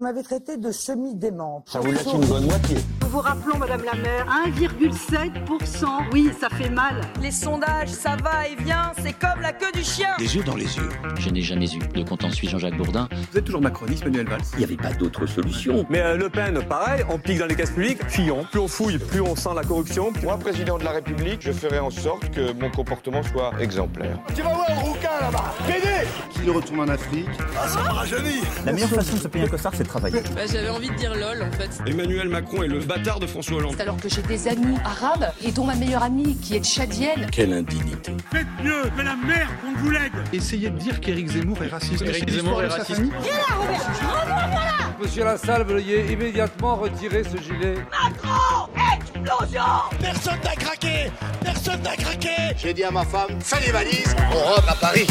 Vous m'avez traité de semi-démente. Ça vous laisse une bonne moitié. Nous vous rappelons, Madame la maire, 1,7%. Oui, ça fait mal. Les sondages, ça va et vient, c'est comme la queue du chien. Des yeux dans les yeux. Je n'ai jamais eu de contentieux Jean-Jacques Bourdin. Vous êtes toujours macroniste, Manuel Valls Il n'y avait pas d'autre solution. Mais euh, Le Pen, pareil, on pique dans les caisses publiques. Fillon, plus on fouille, plus on sent la corruption. Moi, président de la République, je ferai en sorte que mon comportement soit exemplaire. Tu vas voir un rouquin là-bas Pédé Qui retourne en Afrique Ah, ça La meilleure façon de se payer un costard, c'est de travailler. Bah, J'avais envie de dire lol en fait. Emmanuel Macron est le bâtard de François Hollande. Alors que j'ai des amis arabes et dont ma meilleure amie qui est tchadienne. Quelle indignité. Faites mieux que la merde qu'on vous lègue. Essayez de dire qu'Éric Zemmour est raciste. Éric Zemmour est raciste. Viens là Robert Monsieur Lassalle, veuillez immédiatement retirer ce gilet. Macron Explosion Personne n'a craqué Personne n'a craqué J'ai dit à ma femme, fais les valises, on rentre à Paris.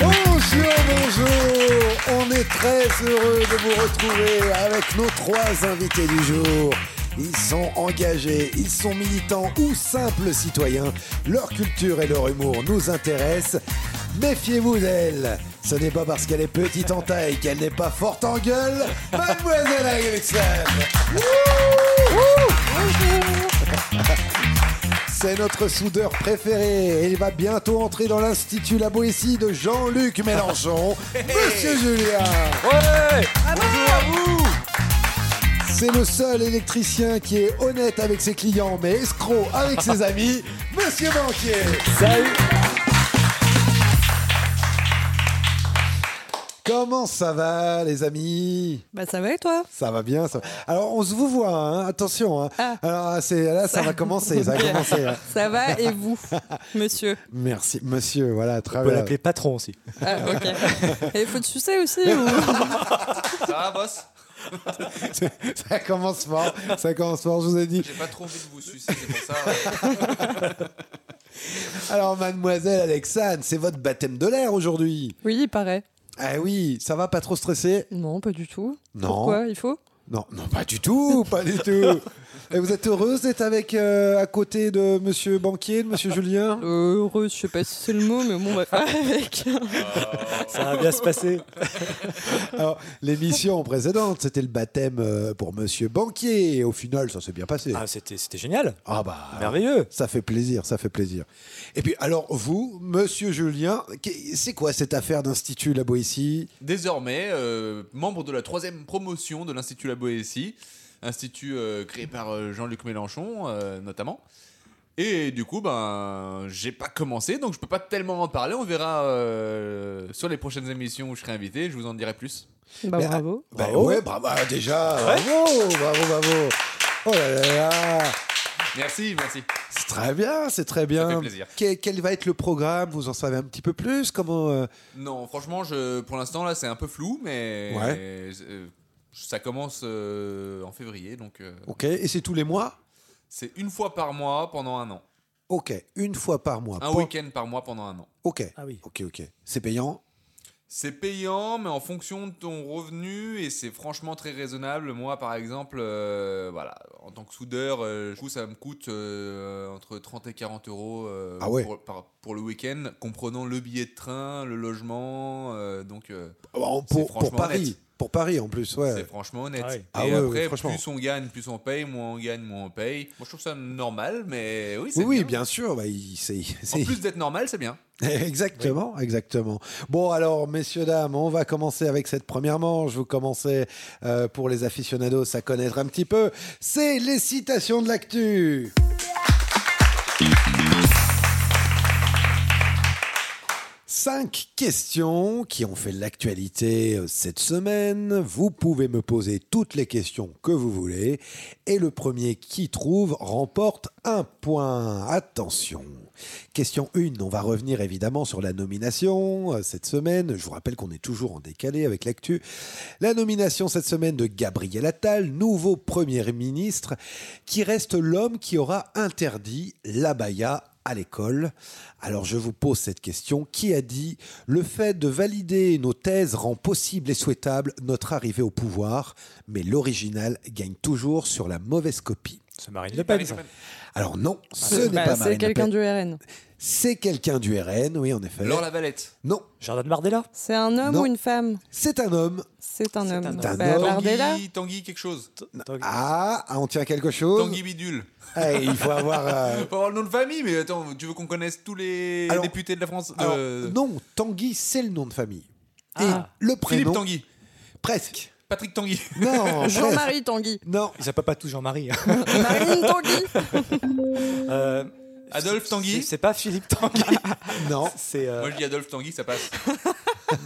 Bonjour, bonjour On est très heureux de vous retrouver avec nos trois invités du jour. Ils sont engagés, ils sont militants ou simples citoyens. Leur culture et leur humour nous intéressent. Méfiez-vous d'elle. Ce n'est pas parce qu'elle est petite en taille qu'elle n'est pas forte en gueule. Mademoiselle Erickson. C'est notre soudeur préféré et il va bientôt entrer dans l'Institut La Boétie de Jean-Luc Mélenchon. Monsieur Julien. Ah Ouais Bonjour à vous. C'est le seul électricien qui est honnête avec ses clients mais escroc avec ses amis. Monsieur Banquier. Salut. Comment ça va, les amis Bah ça va et toi Ça va bien. Ça va. Alors on se vous voit. Hein, attention. Hein. Ah. Alors c'est là, ça, ça, va commencer. Ça va commencer. Hein. Ça va et vous, monsieur Merci, monsieur. Voilà. On peut l'appeler patron aussi. Ah, ok. et faut te sucer aussi ou... Ça va, boss ça commence fort, ça commence fort, je vous ai dit. J'ai pas trop envie de vous sucer, c'est pour ça. Ouais. Alors, mademoiselle Alexane, c'est votre baptême de l'air aujourd'hui. Oui, il paraît. Ah oui, ça va pas trop stresser Non, pas du tout. Non. Pourquoi il faut Non, non, pas du tout, pas du tout. Et vous êtes heureuse d'être avec euh, à côté de Monsieur Banquier, de Monsieur Julien euh, Heureuse, je sais pas si c'est le mot, mais bon, on va faire avec. ça va bien se passer. Alors, l'émission précédente, c'était le baptême euh, pour Monsieur Banquier, et au final, ça s'est bien passé. Ah, c'était, c'était génial. Ah bah, merveilleux. Ça fait plaisir, ça fait plaisir. Et puis, alors vous, Monsieur Julien, c'est quoi cette affaire d'Institut La Boétie Désormais, euh, membre de la troisième promotion de l'Institut La Boétie institut euh, créé par euh, Jean-Luc Mélenchon, euh, notamment. Et du coup, ben, j'ai pas commencé, donc je peux pas tellement en parler. On verra euh, sur les prochaines émissions où je serai invité, je vous en dirai plus. Bah, Mais, bravo. ah, Bah, bravo. Ouais, bravo, déjà. Ouais. Bravo, bravo, bravo. Oh là là là. Merci, merci. C'est très bien, c'est très bien. Ça fait plaisir. Quel, quel, va être le programme Vous en savez un petit peu plus Comment euh, Non, franchement, je, pour l'instant, là, c'est un peu flou, mais ouais. Ça commence euh, en février, donc. Euh, ok, et c'est tous les mois C'est une fois par mois pendant un an. Ok, une fois par mois. Un Pen... week-end par mois pendant un an. Ok. Ah oui. Ok, ok. C'est payant C'est payant, mais en fonction de ton revenu, et c'est franchement très raisonnable. Moi, par exemple, euh, voilà, en tant que soudeur, je trouve ça me coûte euh, entre 30 et 40 euros euh, ah ouais. pour, par, pour, le week-end, comprenant le billet de train, le logement, euh, donc. Bon, pour, pour, Paris. Net pour Paris en plus. Ouais. C'est franchement honnête. Ah oui. Et ah ouais, après, ouais, franchement. plus on gagne, plus on paye, moins on gagne, moins on paye. Moi, je trouve ça normal, mais oui, c'est oui, bien. bien sûr. Bah, il, c'est, c'est... En plus d'être normal, c'est bien. exactement, oui. exactement. Bon, alors, messieurs, dames, on va commencer avec cette première manche. Vous commencez, euh, pour les aficionados, à connaître un petit peu. C'est les citations de l'actu. Cinq questions qui ont fait l'actualité euh, cette semaine. Vous pouvez me poser toutes les questions que vous voulez. Et le premier qui trouve remporte un point. Attention. Question 1, on va revenir évidemment sur la nomination euh, cette semaine. Je vous rappelle qu'on est toujours en décalé avec l'actu. La nomination cette semaine de Gabriel Attal, nouveau Premier ministre, qui reste l'homme qui aura interdit l'abaya à l'école. Alors je vous pose cette question. Qui a dit Le fait de valider nos thèses rend possible et souhaitable notre arrivée au pouvoir, mais l'original gagne toujours sur la mauvaise copie C'est Marine Le Pen. ça. Alors non, ce Bah, n'est pas C'est Marine Le Pen. quelqu'un du RN. C'est quelqu'un du RN, oui, en effet. Laure Lavalette. Non. Jordan Bardella. C'est un homme Non. ou une femme C'est un homme. C'est un homme. homme. Bah, Un homme. Bardella Tanguy, Tanguy quelque chose. Ah, ah, on tient quelque chose. Tanguy Bidule. Eh, il faut avoir. euh, Faut avoir le nom de famille, mais attends, tu veux qu'on connaisse tous les Alors- députés de la France alors, Euh, Non, Tanguy, c'est le nom de famille. Ah. Et le prénom. Philippe Tanguy. Presque. Patrick Tanguy. Non. presque. Euh, Jean-Marie Tanguy. Non. Ils s'appellent pas tous Jean-Marie. hein. Euh, Marine Tanguy. Adolphe Tanguy. C'est pas Philippe Tanguy. non. C'est euh, Moi je dis Adolphe Tanguy, ça passe.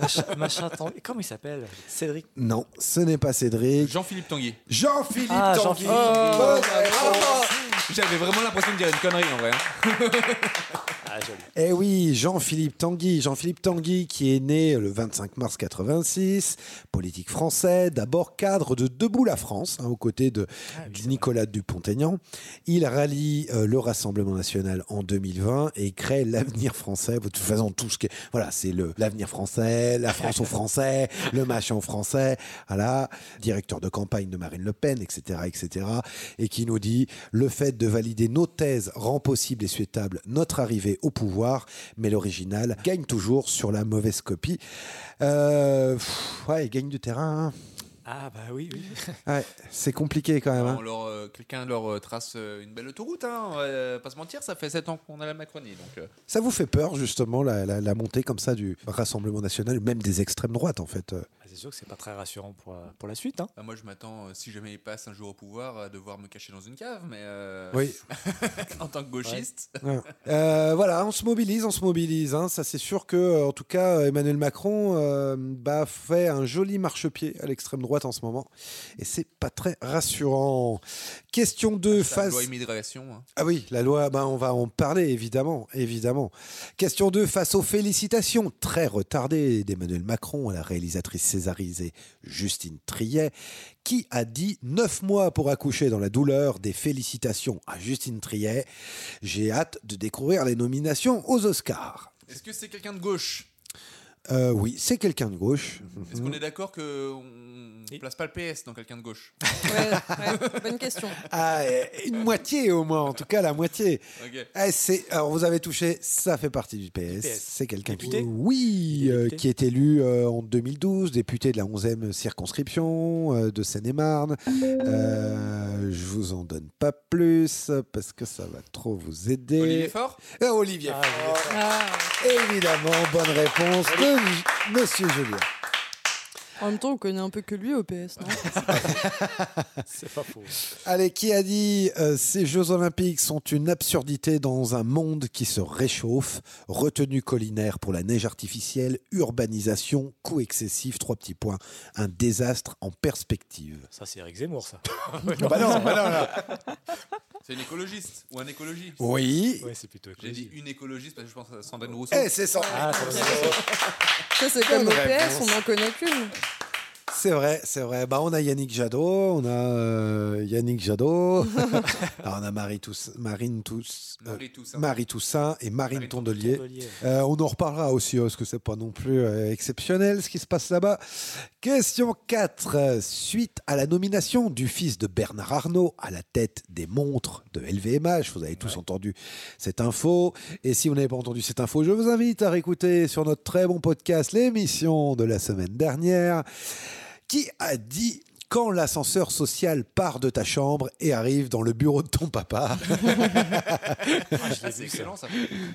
machin, machin Tanguy. Comment il s'appelle Cédric. Non, ce n'est pas Cédric. Jean-Philippe Tanguy. Jean-Philippe Ah, Tanguy. Jean-Philippe. Bonne Oh, réponse. J'avais vraiment l'impression de dire une connerie en vrai. hein. Ah, joli. Eh oui, Jean-Philippe Tanguy. Jean-Philippe Tanguy qui est né le 25 mars 86, politique français, d'abord cadre de Debout la France, hein, aux côtés de Nicolas Dupont-Aignan. Il rallie euh, le Rassemblement national en 2020 et crée l'avenir français. De toute façon, tout ce qui est- Voilà, c'est le- l'avenir français, la France aux Français, le machin aux Français. Voilà, directeur de campagne de Marine Le Pen, etc., etc. Et qui nous dit le fait de valider nos thèses rend possible et souhaitable notre arrivée au pouvoir, mais l'original gagne toujours sur la mauvaise copie. Euh, pff, ouais, il gagne du terrain. Ah bah oui, oui. hein. Ouais, c'est compliqué quand même. hein. On leur, euh, Quelqu'un leur euh, trace euh, une belle autoroute, hein, on va, euh, pas se mentir, ça fait 7 ans qu'on a la Macronie. Donc, euh, Ça vous fait peur justement la, la- la montée comme ça du Rassemblement national, même des extrêmes droites en fait. euh. Ah, C'est sûr que c'est pas très rassurant pour, euh, pour la suite. Hein. bah, moi je m'attends, euh, si jamais ils passent un jour au pouvoir, à devoir me cacher dans une cave, mais euh, Oui. en tant que gauchiste. Ouais. Euh, voilà, on se mobilise, on se mobilise. hein. Ça, c'est sûr que, euh, en tout cas, euh, Emmanuel Macron euh, bah, fait un joli marchepied à l'extrême droite en ce moment. Et c'est pas très rassurant. Question 2, Ça, la face. loi immigration. hein. Ah oui, la loi, ben on va en parler, évidemment, évidemment. Question 2, face aux félicitations très retardées d'Emmanuel Macron à la réalisatrice césarisée Justine Triet, qui a dit 9 mois pour accoucher dans la douleur des félicitations à Justine Triet. J'ai hâte de découvrir les nominations aux Oscars. Est-ce que c'est quelqu'un de gauche Euh, oui, c'est quelqu'un de gauche. Est-ce Mm. qu'on est d'accord qu'on ne place pas le PS dans quelqu'un de gauche Bonne question. Ah, euh, une moitié au moins, en tout cas la moitié. Ok. Eh, c'est- alors vous avez touché, ça fait partie du PS. C'est quelqu'un qui, Député oui, euh, député qui est élu euh, en 2012, député de la 11e circonscription euh, de Seine-et-Marne. Euh, je vous en donne pas plus parce que ça va trop vous aider. Olivier Faure Euh, Olivier Ah, Faure. Évidemment, bonne réponse de Monsieur Julien. En même temps, on connaît un peu que lui au PS, non C'est pas faux. Allez, qui a dit euh, ces Jeux Olympiques sont une absurdité dans un monde qui se réchauffe Retenue collinaire pour la neige artificielle, urbanisation, coût excessif, trois petits points, un désastre en perspective. Ça, c'est Eric Zemmour, ça. Ah bah non, bah non, non. C'est une écologiste ou un écologiste Oui. Ouais, c'est plutôt J'ai dit écologique. une écologiste parce que je pense à Sandrine Rousseau. Eh, c'est ça. Ah, ça, c'est- Ça, c'est Bonne comme au PS, réponse. on n'en connaît qu'une. C'est vrai, c'est vrai. Bah, on a Yannick Jadot, on a euh, Yannick Jadot, Ah, on a Marie Tous, Marine Tous, euh, Marie Toussaint. Marie Toussaint et Marine, Tondelier. Tondelier. Euh, on en reparlera aussi, hein, parce que c'est pas non plus euh, exceptionnel ce qui se passe là-bas. Question 4. euh, Suite à la nomination du fils de Bernard Arnault à la tête des montres de LVMH, vous avez tous entendu cette info. Et si vous n'avez pas entendu cette info, je vous invite à réécouter sur notre très bon podcast l'émission de la semaine dernière qui a dit quand l'ascenseur social part de ta chambre et arrive dans le bureau de ton papa. Ah, c'est excellent ça.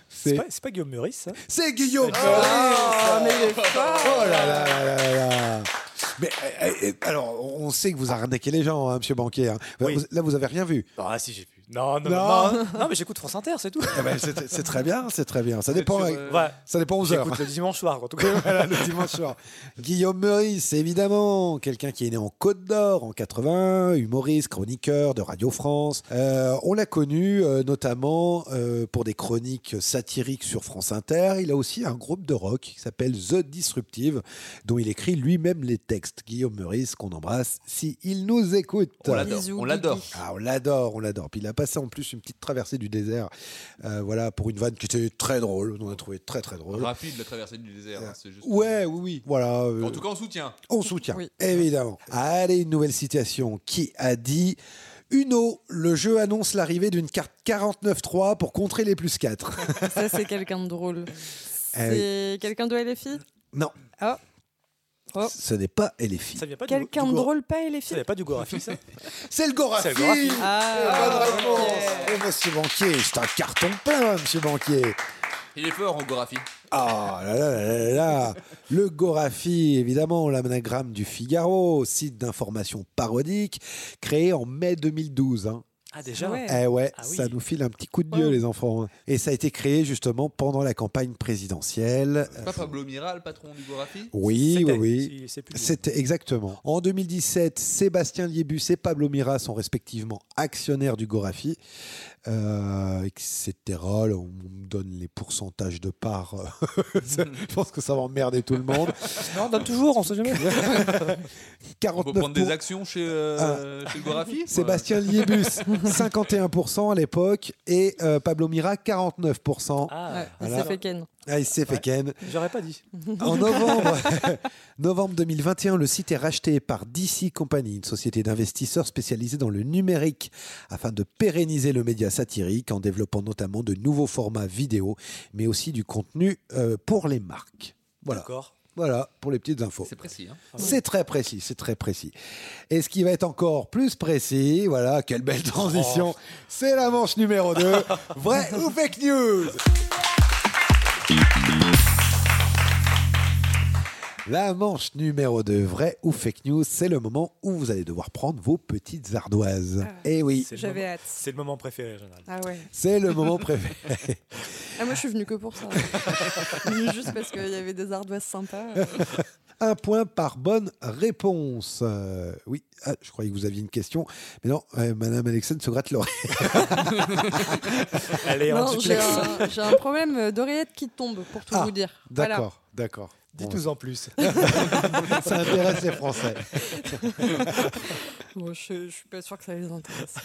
C'est pas, c'est pas Guillaume Meurice, ça C'est Guillaume Ah, mais il est Oh fort là là là là là là. Mais euh, euh, alors, on sait que vous arnaquez les gens, hein, monsieur Banquier. hein. Oui. Vous- Là, vous avez rien vu. Ah, si, j'ai pu. Non, non, Non. non. non, mais j'écoute France Inter, c'est tout. Eh ben, c'est c'est très bien, c'est très bien. Ça dépend, sur, euh, euh, ouais. ça dépend aux heures. J'écoute le dimanche soir, en tout cas. Voilà, le dimanche soir. Guillaume Meurice, évidemment, quelqu'un qui est né en Côte d'Or en 80, humoriste, chroniqueur de Radio France. Euh, on l'a connu euh, notamment euh, pour des chroniques satiriques sur France Inter. Il a aussi un groupe de rock qui s'appelle The Disruptive, dont il écrit lui-même les textes. Guillaume Meurice, qu'on embrasse si il nous écoute. On l'adore. Bisous, On Guigui. l'adore. Ah, on l'adore, on l'adore. Puis il a passé en plus une petite traversée du désert, euh, voilà, pour une vanne qui était très drôle. On a trouvé très très drôle. Rapide la traversée du désert. hein, c'est juste... Ouais, oui, oui. Voilà. euh, En tout cas, on soutient. on soutient, Oui. évidemment. Allez, une nouvelle citation qui a dit Uno, le jeu annonce l'arrivée d'une carte 49-3 pour contrer les plus 4. Ça, c'est quelqu'un de drôle. Eh C'est quelqu'un de LFI Non, Oh. Oh. ce n'est pas LFI. Ça vient pas du- Quelqu'un du de Gora- drôle, pas LFI Ça vient pas du Gorafi, ça C'est le Gorafi C'est le Gorafi. Ah, bonne réponse. Et monsieur Banquier, c'est un carton plein, monsieur Banquier. Il est fort en graphie. Ah là là là là là Le Gorafi, évidemment, l'anagramme du Figaro, site d'information parodique, créé en mai 2012. hein. Ah, déjà Eh ouais, Ah oui. Oh. ça nous file un petit coup de dieu, les enfants. hein. Et ça a été créé justement pendant la campagne présidentielle. Pas Pablo Mira, le patron du Gorafi Oui, oui, C'était, oui. si, c'est plus lui. C'était exactement. En 2017, Sébastien Liébus et Pablo Mira sont respectivement actionnaires du Gorafi, euh, etc. Là, On me donne les pourcentages de parts. Ça, Je pense que ça va emmerder tout le monde. Non, on donne toujours, on sait jamais. 49 On peut prendre des pour- Ah. actions chez, euh, chez le Gorafi Sébastien Liébus, 51% à l'époque, et euh, Pablo Mira, 49%. Ah, Voilà. c'est Feken. Ah, il s'est fait ken. J'aurais pas dit. En novembre, novembre 2021, le site est racheté par DC Company, une société d'investisseurs spécialisée dans le numérique, afin de pérenniser le média satirique en développant notamment de nouveaux formats vidéo, mais aussi du contenu euh, pour les marques. Voilà. D'accord. Voilà pour les petites infos. C'est précis. Hein. C'est très précis, c'est très précis. Et ce qui va être encore plus précis, voilà, quelle belle transition, c'est la manche numéro 2, vrai ou fake news La manche numéro 2, vrai ou fake news, c'est le moment où vous allez devoir prendre vos petites ardoises. Eh oui, C'est le J'avais moment- hâte. C'est le moment préféré, en général. Ah ouais. c'est le moment préféré. Ah, moi, je suis venue que pour ça. Juste parce qu'il y avait des ardoises sympas. Un point par bonne réponse. Euh, oui, ah, je croyais que vous aviez une question, mais non, euh, Madame Alexandre se gratte l'oreille. Elle est en Non, j'ai duplex. un, j'ai un problème euh, d'oreillette qui tombe, pour tout Ah, vous dire. Voilà. D'accord, d'accord. Dites-nous en plus. Bon, ça intéresse les Français. Bon, je, je suis pas sûr que ça les intéresse.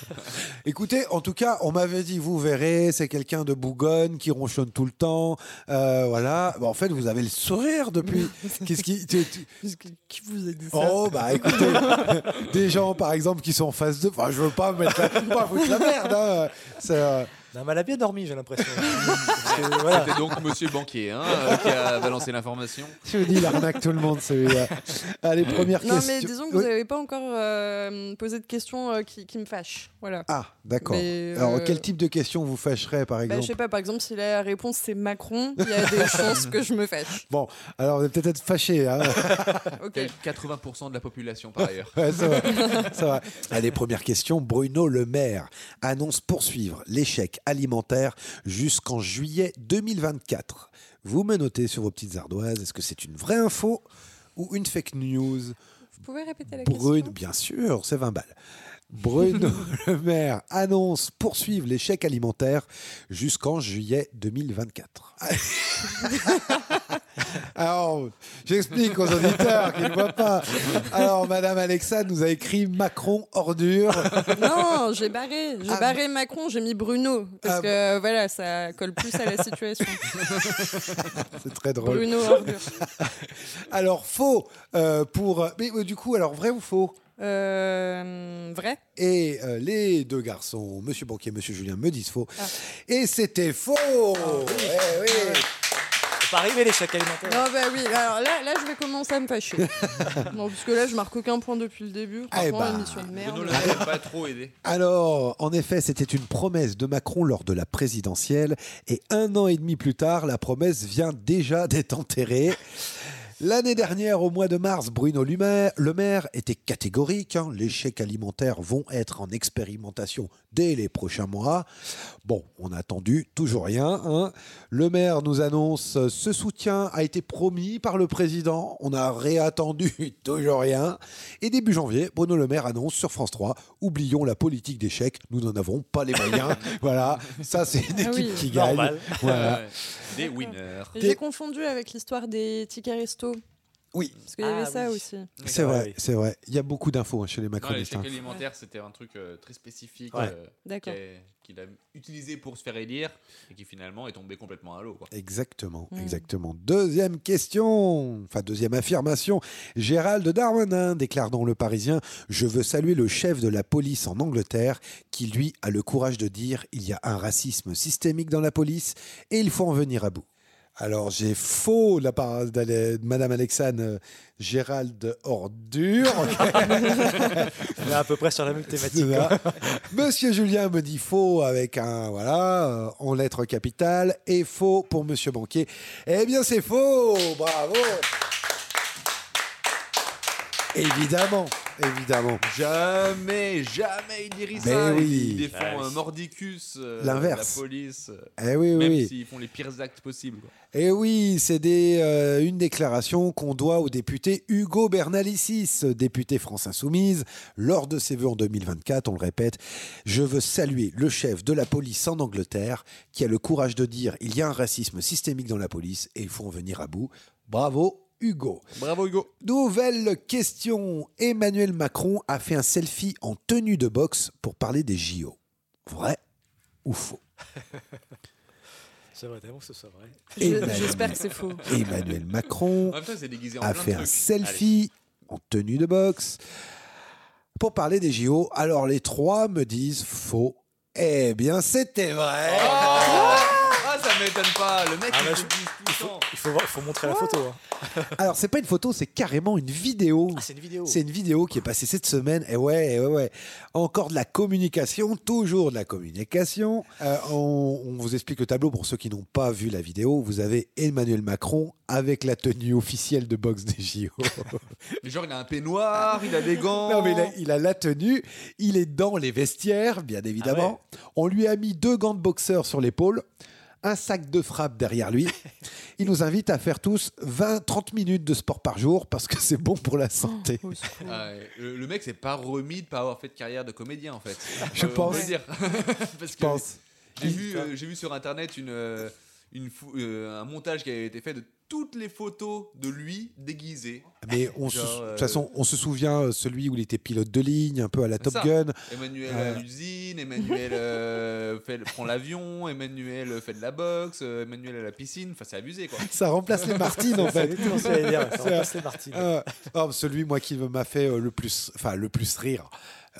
Écoutez, en tout cas, on m'avait dit, vous verrez, c'est quelqu'un de bougonne qui ronchonne tout le temps. Euh, voilà. Bah, en fait, vous avez le sourire depuis. Qu'est-ce qui. tu- tu- Parce que qui vous a dit ça Oh, bah écoutez, des gens par exemple qui sont en face de. Enfin, je veux pas mettre la, pas foutre la merde. hein. Ça- Non, mais elle a bien dormi, j'ai l'impression. Parce que, voilà. C'était donc Monsieur Banquier hein, euh, qui a balancé l'information. Je vous dis, il arnaque tout le monde celui-là. Allez, première Non, question. mais disons que vous Oui. n'avez pas encore euh, posé de questions euh, qui, qui me fâchent. Voilà. Ah, d'accord. Mais, Alors, euh, quel type de question vous fâcherait par Bah, exemple je sais pas, par exemple, si la réponse c'est Macron, il y a des chances que je me fâche. Bon, alors vous allez peut-être être fâché. Hein. Ok. Quel 80% de la population par ailleurs. Ouais, ça va. ça va. Allez, première question. Bruno Le Maire annonce poursuivre l'échec alimentaire jusqu'en juillet 2024. Vous me notez sur vos petites ardoises, est-ce que c'est une vraie info ou une fake news Vous pouvez répéter la Bruno, question bien sûr, c'est 20 balles. Bruno Le Maire annonce poursuivre l'échec alimentaire jusqu'en juillet 2024. Alors, j'explique aux auditeurs qui ne voient pas. Alors, Madame Alexa nous a écrit Macron ordure. Non, j'ai barré. J'ai barré Macron, j'ai mis Bruno. Parce Ah, que euh, voilà, ça colle plus à la situation. C'est très drôle. Bruno Ordure. Alors, faux euh, pour. Mais euh, du coup, alors, vrai ou faux Euh, vrai Et euh, les deux garçons, Monsieur Banquier et Monsieur Julien, me disent faux. Ah. Et c'était faux Eh oui. Faut pas arriver, les chèques alimentaires. Non, bah oui, alors là, là, je vais commencer à me fâcher. non, parce que là, je marque aucun point depuis le début. Eh Franchement, bah, émission de merde. Bruno Le Maire n'a pas trop aidé. Alors, en effet, c'était une promesse de Macron lors de la présidentielle, et un an et demi plus tard, la promesse vient déjà d'être enterrée. L'année dernière, au mois de mars, Bruno Le Maire- Le Maire était catégorique. hein. les chèques alimentaires vont être en expérimentation dès les prochains mois. Bon, on a attendu, toujours rien. hein. Le maire nous annonce euh, ce soutien a été promis par le président. On a réattendu, toujours rien. Et début janvier, Bruno Le Maire annonce sur France 3 oublions la politique des chèques, nous n'en avons pas les moyens. voilà, ça c'est une Ah équipe oui. qui gagne. Normal. Voilà. Ouais. Des winners. Et J'ai confondu avec l'histoire des tickets resto. Oui. Parce qu'il y avait ça aussi. C'est Ah vrai, c'est vrai. Il y a beaucoup d'infos hein, chez les Non, les macronistes. chèques hein. alimentaires, c'était un truc euh, très spécifique Ouais. euh, D'accord. qu'est- qu'il a utilisé pour se faire élire et qui finalement est tombé complètement à l'eau. quoi. Exactement, Mm. exactement. Deuxième question, enfin deuxième affirmation. Gérald Darmanin déclare dans Le Parisien Je veux saluer le chef de la police en Angleterre, qui lui a le courage de dire Il y a un racisme systémique dans la police et il faut en venir à bout. Alors j'ai faux de la part d'Ale- de Madame Alexane euh, Gérald Ordure. On est à peu près sur la même thématique. hein. C'est ça. Monsieur Julien me dit faux avec un voilà euh, en lettres capitales et faux pour Monsieur Banquier. Eh bien, c'est faux. Bravo. Évidemment, évidemment. Jamais, jamais il dirige Mais ça. oui. Ils ils défendent Ah oui. un mordicus, euh, L'inverse. la police, euh, Eh oui, oui, même oui. s'ils font les pires actes possibles. quoi. Et Eh oui, c'est des, euh, une déclaration qu'on doit au député Hugo Bernalicis, député France Insoumise, lors de ses vœux en 2024. On le répète, je veux saluer le chef de la police en Angleterre qui a le courage de dire il y a un racisme systémique dans la police et il faut en venir à bout. Bravo. Hugo. Bravo Hugo. Nouvelle question. Emmanuel Macron a fait un selfie en tenue de boxe pour parler des JO. Vrai ou faux C'est vrai, tellement que ce soit vrai. bah, Emmanuel- Emmanuel Macron En même temps, il s'est déguisé en a plein de fait un trucs. selfie en tenue de boxe pour parler des JO. Alors les trois me disent faux. Eh bien, c'était vrai. Oh. Ah, ça m'étonne pas. Le mec, Ah, il bah, se je- dit tout le temps. Il faut, voir- faut montrer la photo. hein. Alors c'est pas une photo, c'est carrément une vidéo. Ah. c'est une vidéo. C'est une vidéo qui est passée cette semaine. Et ouais, eh ouais, ouais. Encore de la communication, toujours de la communication. Euh, on, on vous explique le tableau pour ceux qui n'ont pas vu la vidéo. Vous avez Emmanuel Macron avec la tenue officielle de boxe des JO. Mais Genre, il a un peignoir, il a des gants. Non, mais il a, il a la tenue, il est dans les vestiaires, bien évidemment. On lui a mis deux gants de boxeur sur l'épaule, un sac de frappe derrière lui. Il nous invite à faire tous 20-30 minutes de sport par jour parce que c'est bon pour la santé. Ah ouais, le, le mec s'est pas remis de pas avoir fait de carrière de comédien en fait. Je Euh, on pense. peut le dire. Parce Je que pense. Hein. J'ai vu, euh, j'ai vu sur internet une, euh, une fou- euh, un montage qui avait été fait de toutes les photos de lui déguisé. Mais on se- Genre, de euh, toute façon, on se souvient euh, celui où il était pilote de ligne, un peu à la Top ça. Gun. Emmanuel Euh, à l'usine, Emmanuel euh, fait, prend l'avion, Emmanuel fait de la boxe, euh, Emmanuel à la piscine. Enfin, c'est abusé quoi. Ça remplace les Martines en fait. exactement ce que j'allais dire, ça remplace les Martines. Euh, non, celui moi qui m'a fait euh, le plus, enfin le plus rire.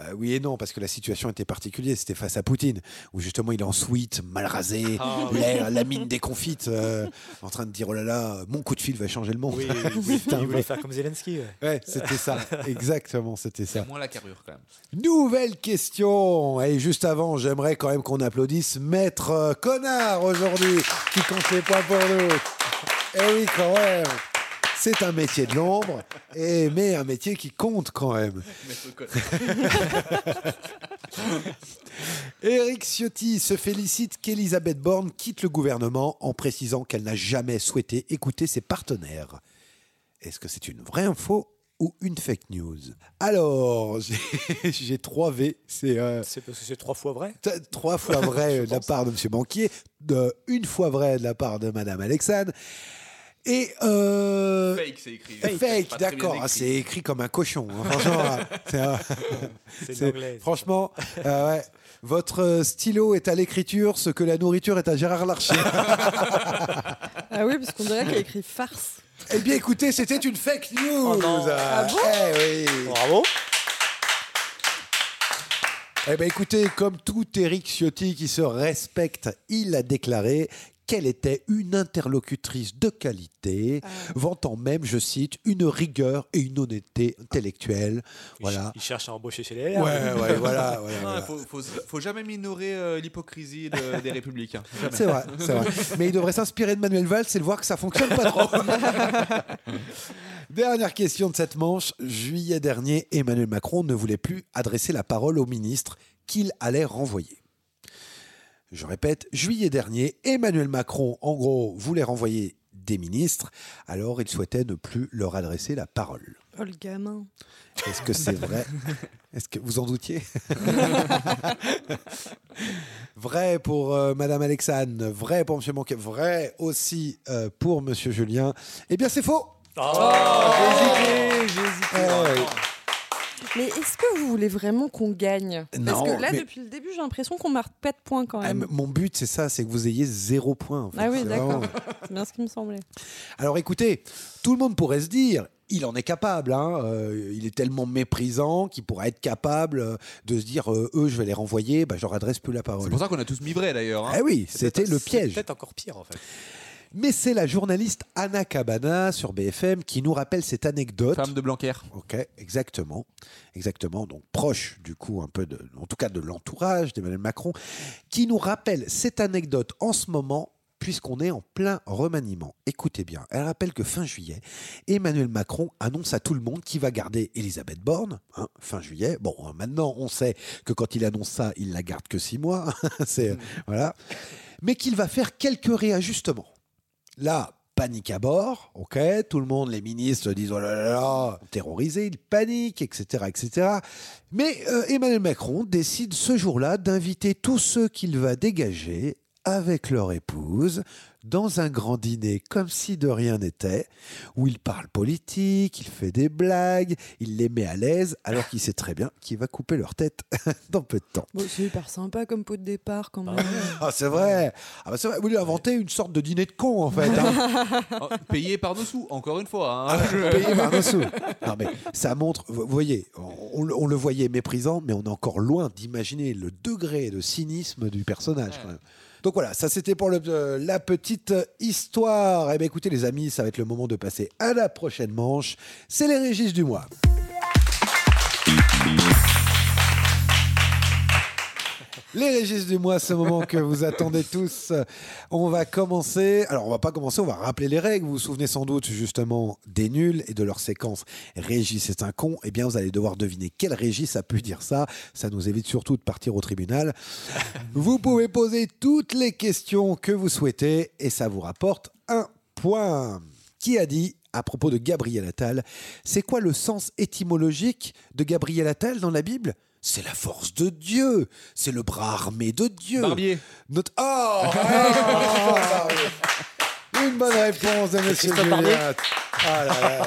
Euh, oui et non parce que la situation était particulière. C'était face à Poutine où justement il est en suite, mal rasé, Ah, oui. l'air, la mine déconfite, euh, en train de dire oh là là, mon coup de fil va changer le monde. Oui, oui, oui. Putain, il voulait ouais. faire comme Zelensky. Ouais, Ouais, c'était ça, exactement, c'était ça. C'est moins la carrure quand même. Nouvelle question. Et juste avant, j'aimerais quand même qu'on applaudisse Maître euh, Connard aujourd'hui, qui compte les points pour nous. Eh oui, quand même. C'est un métier de l'ombre, et- mais un métier qui compte quand même. Maître Euh, Connard. Éric Ciotti se félicite qu'Elisabeth Borne quitte le gouvernement en précisant qu'elle n'a jamais souhaité écouter ses partenaires. Est-ce que c'est une vraie info ou une fake news Alors, j'ai- j'ai 3 V. C'est euh, C'est parce que c'est trois fois vrai. T- Trois fois vrai de la part de M. Banquier, de une fois vrai de la part de Madame Alexane. Et. euh, Fake, c'est écrit. Fake, C'est pas très bien d'accord. Ah, écrit. c'est écrit comme un cochon. hein. Franchement, ah, c'est un- C'est de c'est- l'anglais, ça. Franchement, euh, ouais. votre euh, stylo est à l'écriture, ce que la nourriture est à Gérard Larcher. Ah oui, parce qu'on dirait qu'il a écrit farce. eh bien, écoutez, c'était une fake news. Oh non. Ah bon Eh oui. Bravo. Eh ben écoutez, comme tout Éric Ciotti qui se respecte, il a déclaré qu'elle était une interlocutrice de qualité, vantant même, je cite, une rigueur et une honnêteté intellectuelle. Ah. Voilà. Il cherche à embaucher chez les LR. Ouais, ouais, voilà, voilà, Non, voilà. Faut, faut, faut jamais minorer euh, l'hypocrisie de- des républicains. Jamais. C'est vrai, c'est vrai. Mais il devrait s'inspirer de Manuel Valls et le voir que ça fonctionne pas trop. Dernière question de cette manche. Juillet dernier, Emmanuel Macron ne voulait plus adresser la parole au ministre qu'il allait renvoyer. Je répète, juillet dernier, Emmanuel Macron, en gros, voulait renvoyer des ministres, alors il souhaitait ne plus leur adresser la parole. Oh le gamin. Est-ce que c'est vrai Est-ce que vous en doutiez Vrai pour euh, Madame Alexane, vrai pour Monsieur Banquet, vrai aussi euh, pour Monsieur Julien. Eh bien, c'est faux Oh Eh Mais est-ce que vous voulez vraiment qu'on gagne Parce Non, que là, mais- depuis le début, j'ai l'impression qu'on marque pas de points quand Ah, même. m- Mon but, c'est ça, c'est que vous ayez zéro point. en fait. Ah oui, C'est d'accord. vraiment- C'est bien ce qui me semblait. Alors écoutez, tout le monde pourrait se dire, il en est capable, hein, euh, il est tellement méprisant qu'il pourrait être capable euh, de se dire, euh, eux, je vais les renvoyer, bah, je leur adresse plus la parole. C'est pour ça qu'on a tous mibré d'ailleurs. hein. Ah oui, C'est c'était peut-être- le c'est piège. Peut-être encore pire en fait. Mais c'est la journaliste Anna Cabana sur BFM qui nous rappelle cette anecdote. Femme de Blanquer. Ok, exactement, exactement. Donc proche du coup un peu de, en tout cas de l'entourage d'Emmanuel Macron, qui nous rappelle cette anecdote en ce moment puisqu'on est en plein remaniement. Écoutez bien, elle rappelle que fin juillet, Emmanuel Macron annonce à tout le monde qu'il va garder Elisabeth Borne, hein, fin juillet. Bon, hein, maintenant on sait que quand il annonce ça, il la garde que six mois, c'est voilà, mais qu'il va faire quelques réajustements. Là, panique à bord, ok Tout le monde, les ministres disent oh là là là, terrorisés, ils paniquent, etc., etc. Mais euh, Emmanuel Macron décide ce jour-là d'inviter tous ceux qu'il va dégager avec leur épouse dans un grand dîner comme si de rien n'était, où il parle politique, il fait des blagues, il les met à l'aise, alors qu'il sait très bien qu'il va couper leur tête dans peu de temps. Bon, c'est hyper sympa comme pot de départ quand même. Ah, c'est vrai. Ah, bah, c'est vrai. Vous lui inventez une sorte de dîner de con, en fait. hein. Oh, payé par nos sous, encore une fois. hein. payé par nos sous. Non, mais ça montre, vous voyez, on, on le- on le voyait méprisant, mais on est encore loin d'imaginer le degré de cynisme du personnage. quand même. Donc voilà, ça c'était pour le- euh, la petite histoire. Eh bien écoutez les amis, ça va être le moment de passer à la prochaine manche. C'est les régis du mois. Les régis du mois, ce moment que vous attendez tous. On va commencer. Alors, on va pas commencer, on va rappeler les règles. Vous vous souvenez sans doute justement des nuls et de leur séquence Régis est un con. Eh bien, vous allez devoir deviner quel Régis a pu dire ça. Ça nous évite surtout de partir au tribunal. Vous pouvez poser toutes les questions que vous souhaitez et ça vous rapporte un point. Qui a dit à propos de Gabriel Attal, c'est quoi le sens étymologique de Gabriel Attal dans la Bible C'est la force de Dieu, c'est le bras armé de Dieu. Barbier. Notre... Oh, ah Une bonne réponse de Monsieur Christophe Barbier. Juliat. Ah là là là là.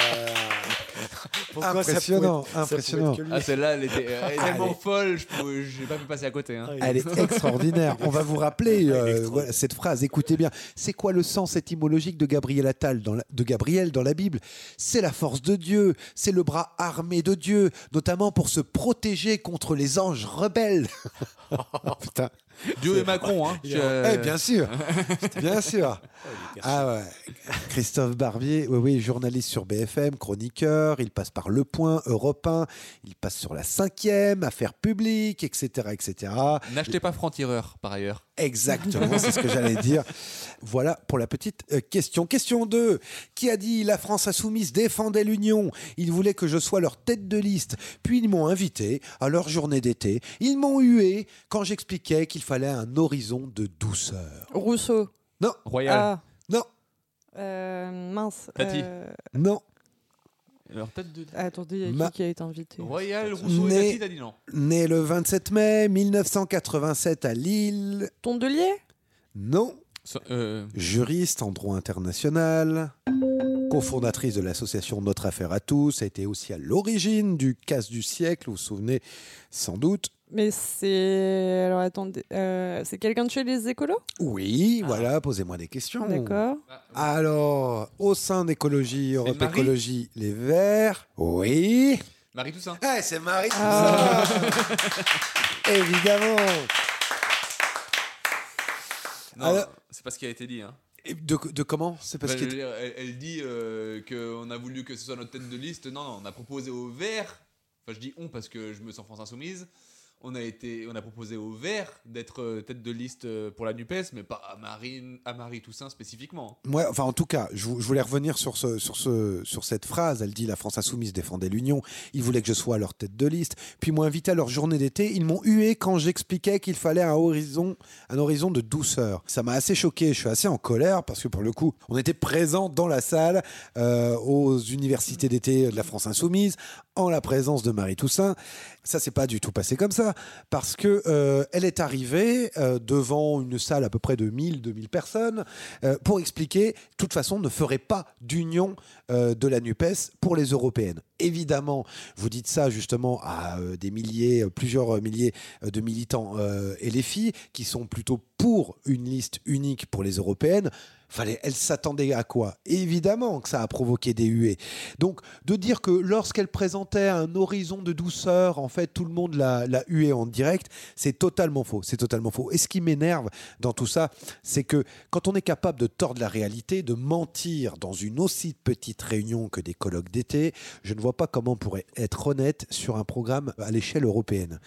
Pourquoi ça impressionnant, pouvait- ça pouvait impressionnant. être que lui Ah, celle-là, elle était elle est Ah, tellement elle folle, je pouvais- j'ai pas pu passer à côté. hein. Elle est extraordinaire. On va vous rappeler euh, voilà, cette phrase. Écoutez bien. C'est quoi le sens étymologique de Gabriel Attal dans la, de Gabriel dans la Bible C'est la force de Dieu. C'est le bras armé de Dieu, notamment pour se protéger contre les anges rebelles. Putain. Dieu et Macron, hein. Je- Eh, bien sûr, bien sûr. Ah ouais. Christophe Barbier, oui, oui, journaliste sur BFM, chroniqueur, il passe par Le Point, Europe 1, il passe sur la cinquième, affaires publiques, etc., etc. N'achetez pas franc-tireur, par ailleurs. Exactement, c'est ce que j'allais dire. Voilà pour la petite euh, question. Question 2. Qui a dit la France insoumise défendait l'Union Ils voulaient que je sois leur tête de liste. Puis ils m'ont invité à leur journée d'été. Ils m'ont hué quand j'expliquais qu'il fallait un horizon de douceur. Rousseau. Non. Royal. Ah. Non. Euh, mince. Tati. euh, Non. Leur tête de. Attendez, il y a Ma- qui qui a été invité Royal, Rousseau et Tati, t'as dit non. né le 27 mai 1987 à Lille. Tondelier Non. euh, Juriste en droit international, cofondatrice de l'association Notre Affaire à tous, a été aussi à l'origine du casse du siècle, vous vous souvenez sans doute. Mais c'est. Alors attendez, euh, c'est quelqu'un de chez les écolos Oui, Ah. voilà, posez-moi des questions. D'accord. Alors, au sein d'Écologie, Europe Marie Écologie, Les Verts, oui. Marie Toussaint. Eh, c'est Marie Ah. Évidemment. Non, Alors- c'est pas ce qui a été dit. Hein. Et De, de comment C'est parce Bah, qu'il je veux dire, elle, elle dit euh, qu'on a voulu que ce soit notre tête de liste. Non, non, on a proposé au vert. Enfin, je dis on parce que je me sens France Insoumise. On a, été, on a proposé au vert d'être euh, tête de liste euh, pour la NUPES, mais pas à Marine, à Marie Toussaint spécifiquement. Moi, enfin, en tout cas, je, vou- je voulais revenir sur, ce, sur, ce, sur cette phrase. Elle dit La France Insoumise défendait l'Union. Ils voulaient que je sois à leur tête de liste. Puis ils m'ont invité à leur journée d'été. Ils m'ont hué quand j'expliquais qu'il fallait un horizon, un horizon de douceur. Ça m'a assez choqué. Je suis assez en colère parce que pour le coup, on était présents dans la salle euh, aux universités d'été de la France Insoumise, en la présence de Marie Toussaint. Ça s'est pas du tout passé comme ça, parce que euh, elle est arrivée euh, devant une salle à peu près de 1000-2000 personnes euh, pour expliquer, de toute façon, ne ferait pas d'union euh, de la NUPES pour les européennes. Évidemment, vous dites ça justement à euh, des milliers, euh, plusieurs euh, milliers euh, de militants euh, et les filles qui sont plutôt pour une liste unique pour les européennes. Fallait, elle s'attendait à quoi Évidemment que ça a provoqué des huées. Donc, de dire que lorsqu'elle présentait un horizon de douceur, en fait, tout le monde l'a l'a huée en direct, c'est totalement faux. C'est totalement faux. Et ce qui m'énerve dans tout ça, c'est que quand on est capable de tordre la réalité, de mentir dans une aussi petite réunion que des colloques d'été, je ne vois pas comment on pourrait être honnête sur un programme à l'échelle européenne.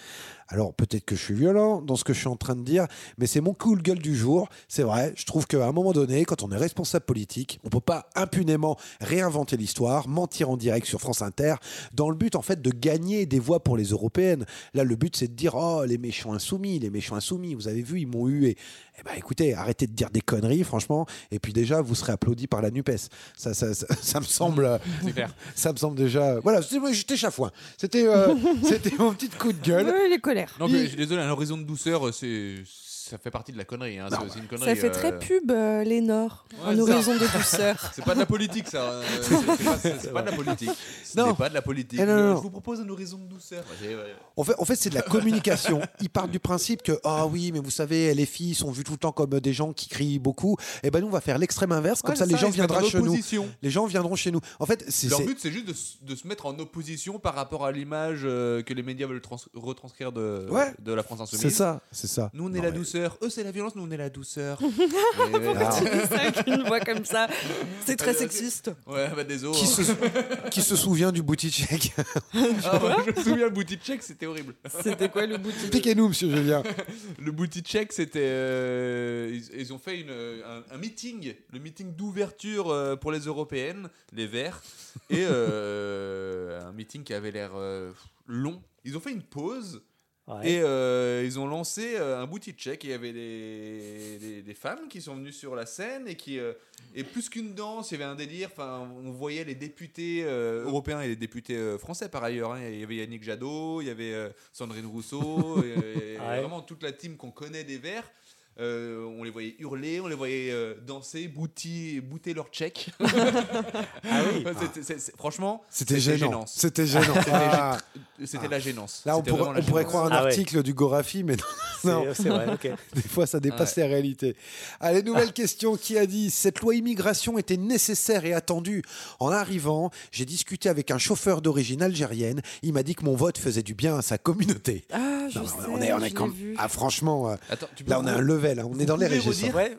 Alors peut-être que je suis violent dans ce que je suis en train de dire, mais c'est mon coup de gueule du jour. C'est vrai, je trouve qu'à un moment donné, quand on est responsable politique, on ne peut pas impunément réinventer l'histoire, mentir en direct sur France Inter, dans le but en fait de gagner des voix pour les européennes. Là, le but c'est de dire oh les méchants insoumis, les méchants insoumis, vous avez vu, ils m'ont hué. Eh ben écoutez, arrêtez de dire des conneries, franchement, et puis déjà vous serez applaudi par la Nupes. Ça, ça, ça, ça me semble, hein. ça me semble déjà. Voilà, c'est- j'étais chafouin. C'était, euh, c'était mon petit coup de gueule. Oui, les colères. Non, mais je suis désolé, un horizon de douceur, euh, c'est. Ça fait partie de la connerie. hein, c'est aussi une connerie. Ça fait très euh, pub, euh, les Nords. Ouais, un ça. horizon de douceur. C'est pas de la politique, ça. euh, c'est- c'est pas- C'est c'est pas de la politique. Ce Non. n'est pas de la politique. Eh non, non, Euh, non. Je vous propose un horizon de douceur. J'ai- ouais. En fait, en fait, c'est de la communication. Ils partent du principe que ah oui, mais vous savez, les filles sont vues tout le temps comme des gens qui crient beaucoup. Et ben nous, on va faire l'extrême inverse. Comme Ouais, ça, c'est les ça, gens ils se mettent viendront en chez nous. opposition. Les gens viendront chez nous. En fait, c'est Leur c'est- but, c'est juste de, s- de se mettre en opposition par rapport à l'image euh, que les médias veulent trans- retranscrire de, Ouais. de la France Insoumise. c'est ça, c'est ça. Nous, on est Non, la mais- douceur. Eux, c'est la violence. Nous, on est la douceur. Pourquoi tu dis ça avec une voix comme ça C'est très sexiste. Ouais, bah désolé. Qui se, qui se souvient du check Ah ouais, je me souviens, le booty check, c'était horrible. C'était quoi le booty Expliquez-nous, monsieur Julien. Le booty check, c'était. euh, ils, ils ont fait une, euh, un, un meeting, le meeting d'ouverture euh, pour les européennes, les Verts, et euh, un meeting qui avait l'air euh, long. Ils ont fait une pause. Ouais. Et euh, ils ont lancé euh, un booty check et il y avait des, des- des femmes qui sont venues sur la scène et qui euh, et plus qu'une danse il y avait un délire enfin on voyait les députés euh, européens et les députés euh, français par ailleurs hein. il y avait Yannick Jadot il y avait euh, Sandrine Rousseau et, et Ouais. vraiment toute la team qu'on connaît des Verts euh, on les voyait hurler on les voyait euh, danser bouti- bouter leur check Ah C'était- c'est- c'est- franchement C'était gênant. gênant. C'était gênant. C'était Ah. gê- c'était la gênance Là, on C'était pourrait, vraiment la on pourrait gênance. croire un article du Gorafi, mais Ah C'est- euh, non. non. c'est vrai, ok. Des fois, ça dépasse Ouais. la réalité. Allez, nouvelle question. Qui a dit Cette loi immigration était nécessaire et attendue. En arrivant, j'ai discuté avec un chauffeur d'origine algérienne. Il m'a dit que mon vote faisait du bien à sa communauté. Ah, je sais, on est, on est quand- Ah, franchement, euh, tu peux là, on a re- un level. hein. On est dans Vous les pouvez régions. redire Ouais.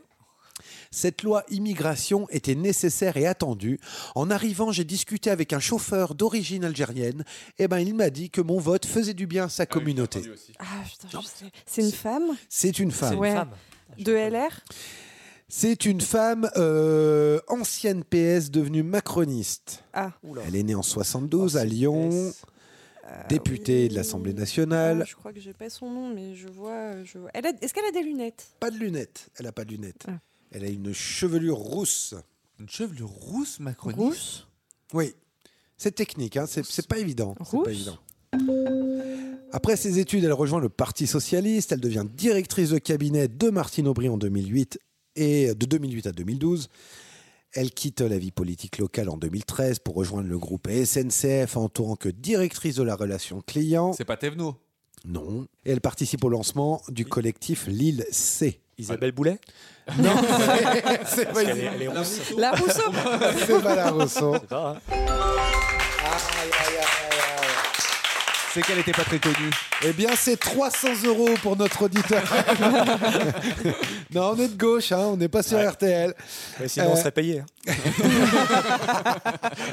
Cette loi immigration était nécessaire et attendue. En arrivant, j'ai discuté avec un chauffeur d'origine algérienne. Et ben, il m'a dit que mon vote faisait du bien à sa communauté. Ah putain, je sais. C'est une femme C'est une femme. Ouais. De LR C'est une femme euh, ancienne PS devenue macroniste. Ah. Elle est née en Ah, 72 Oh, à Lyon, députée de l'Assemblée nationale. Euh, Je crois que j'ai pas son nom, mais je vois. Je vois. Elle a- Est-ce qu'elle a des lunettes Pas de lunettes. Elle a pas de lunettes. Elle a une chevelure rousse. Une chevelure rousse macroniste Rousse Oui. C'est technique, hein, c'est c'est pas évident. c'est pas évident. Après ses études, elle rejoint le Parti socialiste. Elle devient directrice de cabinet de Martine Aubry en 2008 et de 2008 à 2012. Elle quitte la vie politique locale en 2013 pour rejoindre le groupe SNCF en tant que directrice de la relation client. c'est pas Thévenot Non. Et elle participe au lancement du collectif Lille C. Isabelle Boulet Non, c'est pas Parce qu'elle est- Isabelle. elle est rousse. La Rousseau C'est pas la Rousseau. C'est pas, hein. c'est qu'elle était pas très connue Eh bien, c'est 300 euros pour notre auditeur. non, on est de gauche, hein, on n'est pas sur RTL. Mais sinon, Euh. on serait payé, hein.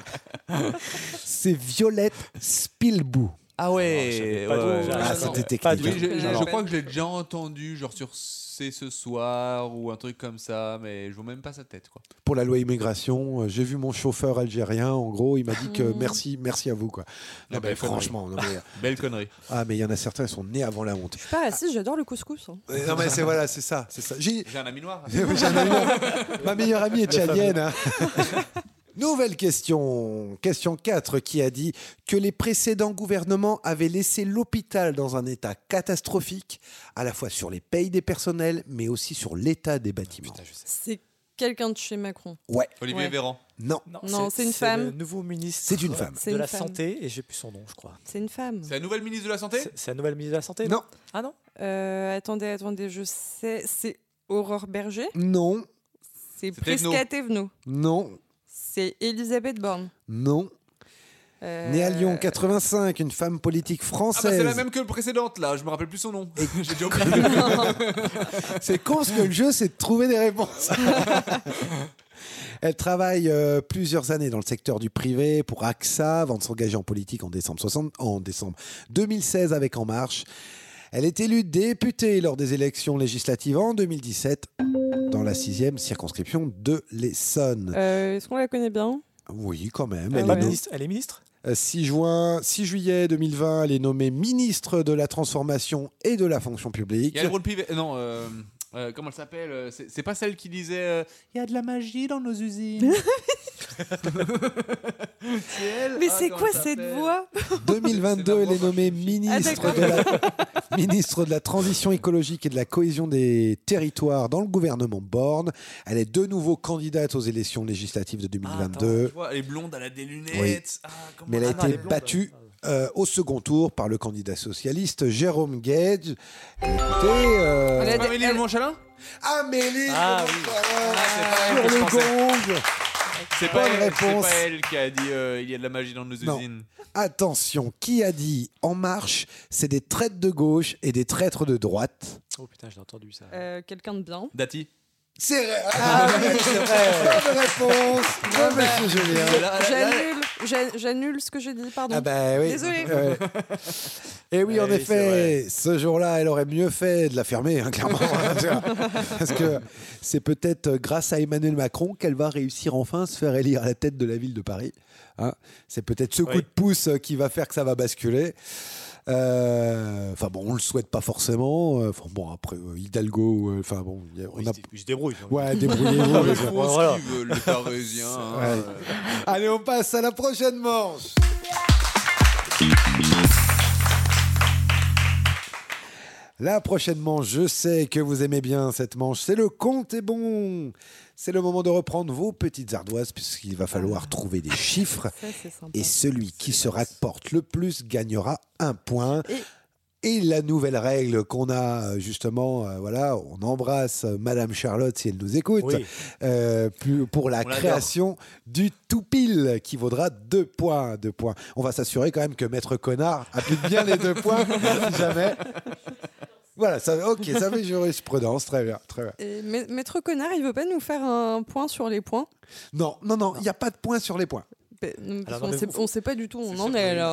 c'est Violette Spilbou. Ah ouais, pas ouais, de- ouais. Ah, c'était Pas de- technique. Oui, je, je- Non, je non. crois que je l'ai déjà entendu, genre sur C'est ce soir ou un truc comme ça, mais je vois même pas sa tête. Quoi. Pour la loi immigration, euh, j'ai vu mon chauffeur algérien. En gros, il m'a dit que merci, merci à vous. Quoi. Non, mais belle connerie. franchement. non, mais- Belle connerie. Ah, mais il y en a certains, ils sont nés avant la honte. Je sais pas, si, j'adore le couscous. hein. Euh, Non, mais c'est voilà, c'est ça. c'est ça. J'ai J'ai un ami noir. Oui, j'ai un ami noir. Ma meilleure amie est tchadienne. hein. Nouvelle question, question 4, qui a dit que les précédents gouvernements avaient laissé l'hôpital dans un état catastrophique, à la fois sur les payes des personnels, mais aussi sur l'état des bâtiments. C'est quelqu'un de chez Macron. Ouais. Olivier Ouais. Véran. Non. Non, c'est une femme. le nouveau ministre C'est une femme. C'est de une la femme. Santé, et j'ai plus son nom, je crois. C'est une femme. C'est la nouvelle ministre de la Santé Ah, C'est la nouvelle ministre de la Santé Non. Ah non Euh, attendez, attendez, je sais. C'est Aurore Berger Non. C'est C'est Thévenot. Prisca Thévenot. Non, C'est Elisabeth Borne. non. Euh, Née à Lyon 85, une femme politique Ah bah française. c'est la même que le précédente là, je me rappelle plus son nom. J'ai déjà oublié. C'est con parce que le jeu, c'est de trouver des réponses. Elle travaille euh, plusieurs années dans le secteur du privé pour AXA avant de s'engager en politique en décembre, 60 en décembre 2016 avec En Marche. Elle est élue députée lors des élections législatives en 2017 dans la sixième circonscription de l'Essonne. euh, Est-ce qu'on la connaît bien Oui, quand même. Elle elle est est ministre- Elle est ministre euh, 6, juin, 6 juillet 2020, elle est nommée ministre de la Transformation et de la Fonction Il y publique. a le rôle pivet. Non, euh, euh, comment elle s'appelle euh, C'est c'est pas celle qui disait euh, Il y a de la magie dans nos usines. C'est elle Mais Ah, c'est comment quoi elle cette s'appelle voix 2022, elle est nommée ministre, de la, ministre de la Transition écologique et de la Cohésion des territoires dans le gouvernement Borne. Elle est de nouveau candidate aux élections législatives de Ah, 2022, Tu vois, elle est blonde, elle a des lunettes. Ah, comment- mais elle a Ah non, été est blonde. battue euh, au second tour par le candidat socialiste Jérôme Gage. Écoutez, euh, C'est pas Amélie Le Montchalin Amélie Ah, Le Montchalin sur oui. Ah, c'est pas elle que je le pensais. gong. C'est pas, Bonne elle- c'est réponse. pas elle qui a dit euh, Il y a de la magie dans nos Non. usines. Attention, qui a dit En Marche, c'est des traîtres de gauche et des traîtres de droite Oh putain, j'ai entendu ça. Euh, Quelqu'un de bien. Dati C'est vrai. Ah oui, c'est vrai. Ah, Bonne réponse de Monsieur Julien. J'annule, j'a- j'annule ce que j'ai dit, pardon. Ah bah oui. Désolé. Et oui, en Eh oui, effet, ce jour-là, elle aurait mieux fait de la fermer, hein, clairement. Parce que c'est peut-être grâce à Emmanuel Macron qu'elle va réussir enfin à se faire élire à la tête de la ville de Paris. Hein c'est peut-être ce coup Oui. de pouce euh, qui va faire que ça va basculer. Euh, Enfin bon, on le souhaite pas forcément. Euh, Enfin bon, après euh, Hidalgo, euh, enfin bon, y a- on a. Ils se débrouillent. Ouais, Ah, débrouillez-vous. mais les gars. ils font ce Voilà. qu'ils veulent, les Parisiens. hein. Ouais. Allez, on passe à la prochaine manche. La prochaine manche, je sais que vous aimez bien cette manche, c'est le compte est bon. C'est le moment de reprendre vos petites ardoises puisqu'il va falloir trouver des chiffres. Ça, c'est sympa. Et celui qui se rapporte le plus gagnera un point. Et la nouvelle règle qu'on a euh, justement, euh, voilà, on embrasse euh, Madame Charlotte si elle nous écoute, Oui. euh, pu- pour la On l'adore. création du tout pile qui vaudra deux points, deux points. On va s'assurer quand même que Maître Connard applique bien les deux points, si jamais. Voilà, ça, ok, ça fait jurisprudence, très bien, très bien. Et Ma- Maître Connard, il veut pas nous faire un point sur les points Non, non, non, il n'y a pas de points sur les points. Bah, non, parce Alors, qu'on non, mais sait- vous- On sait pas du tout où on en euh, est là.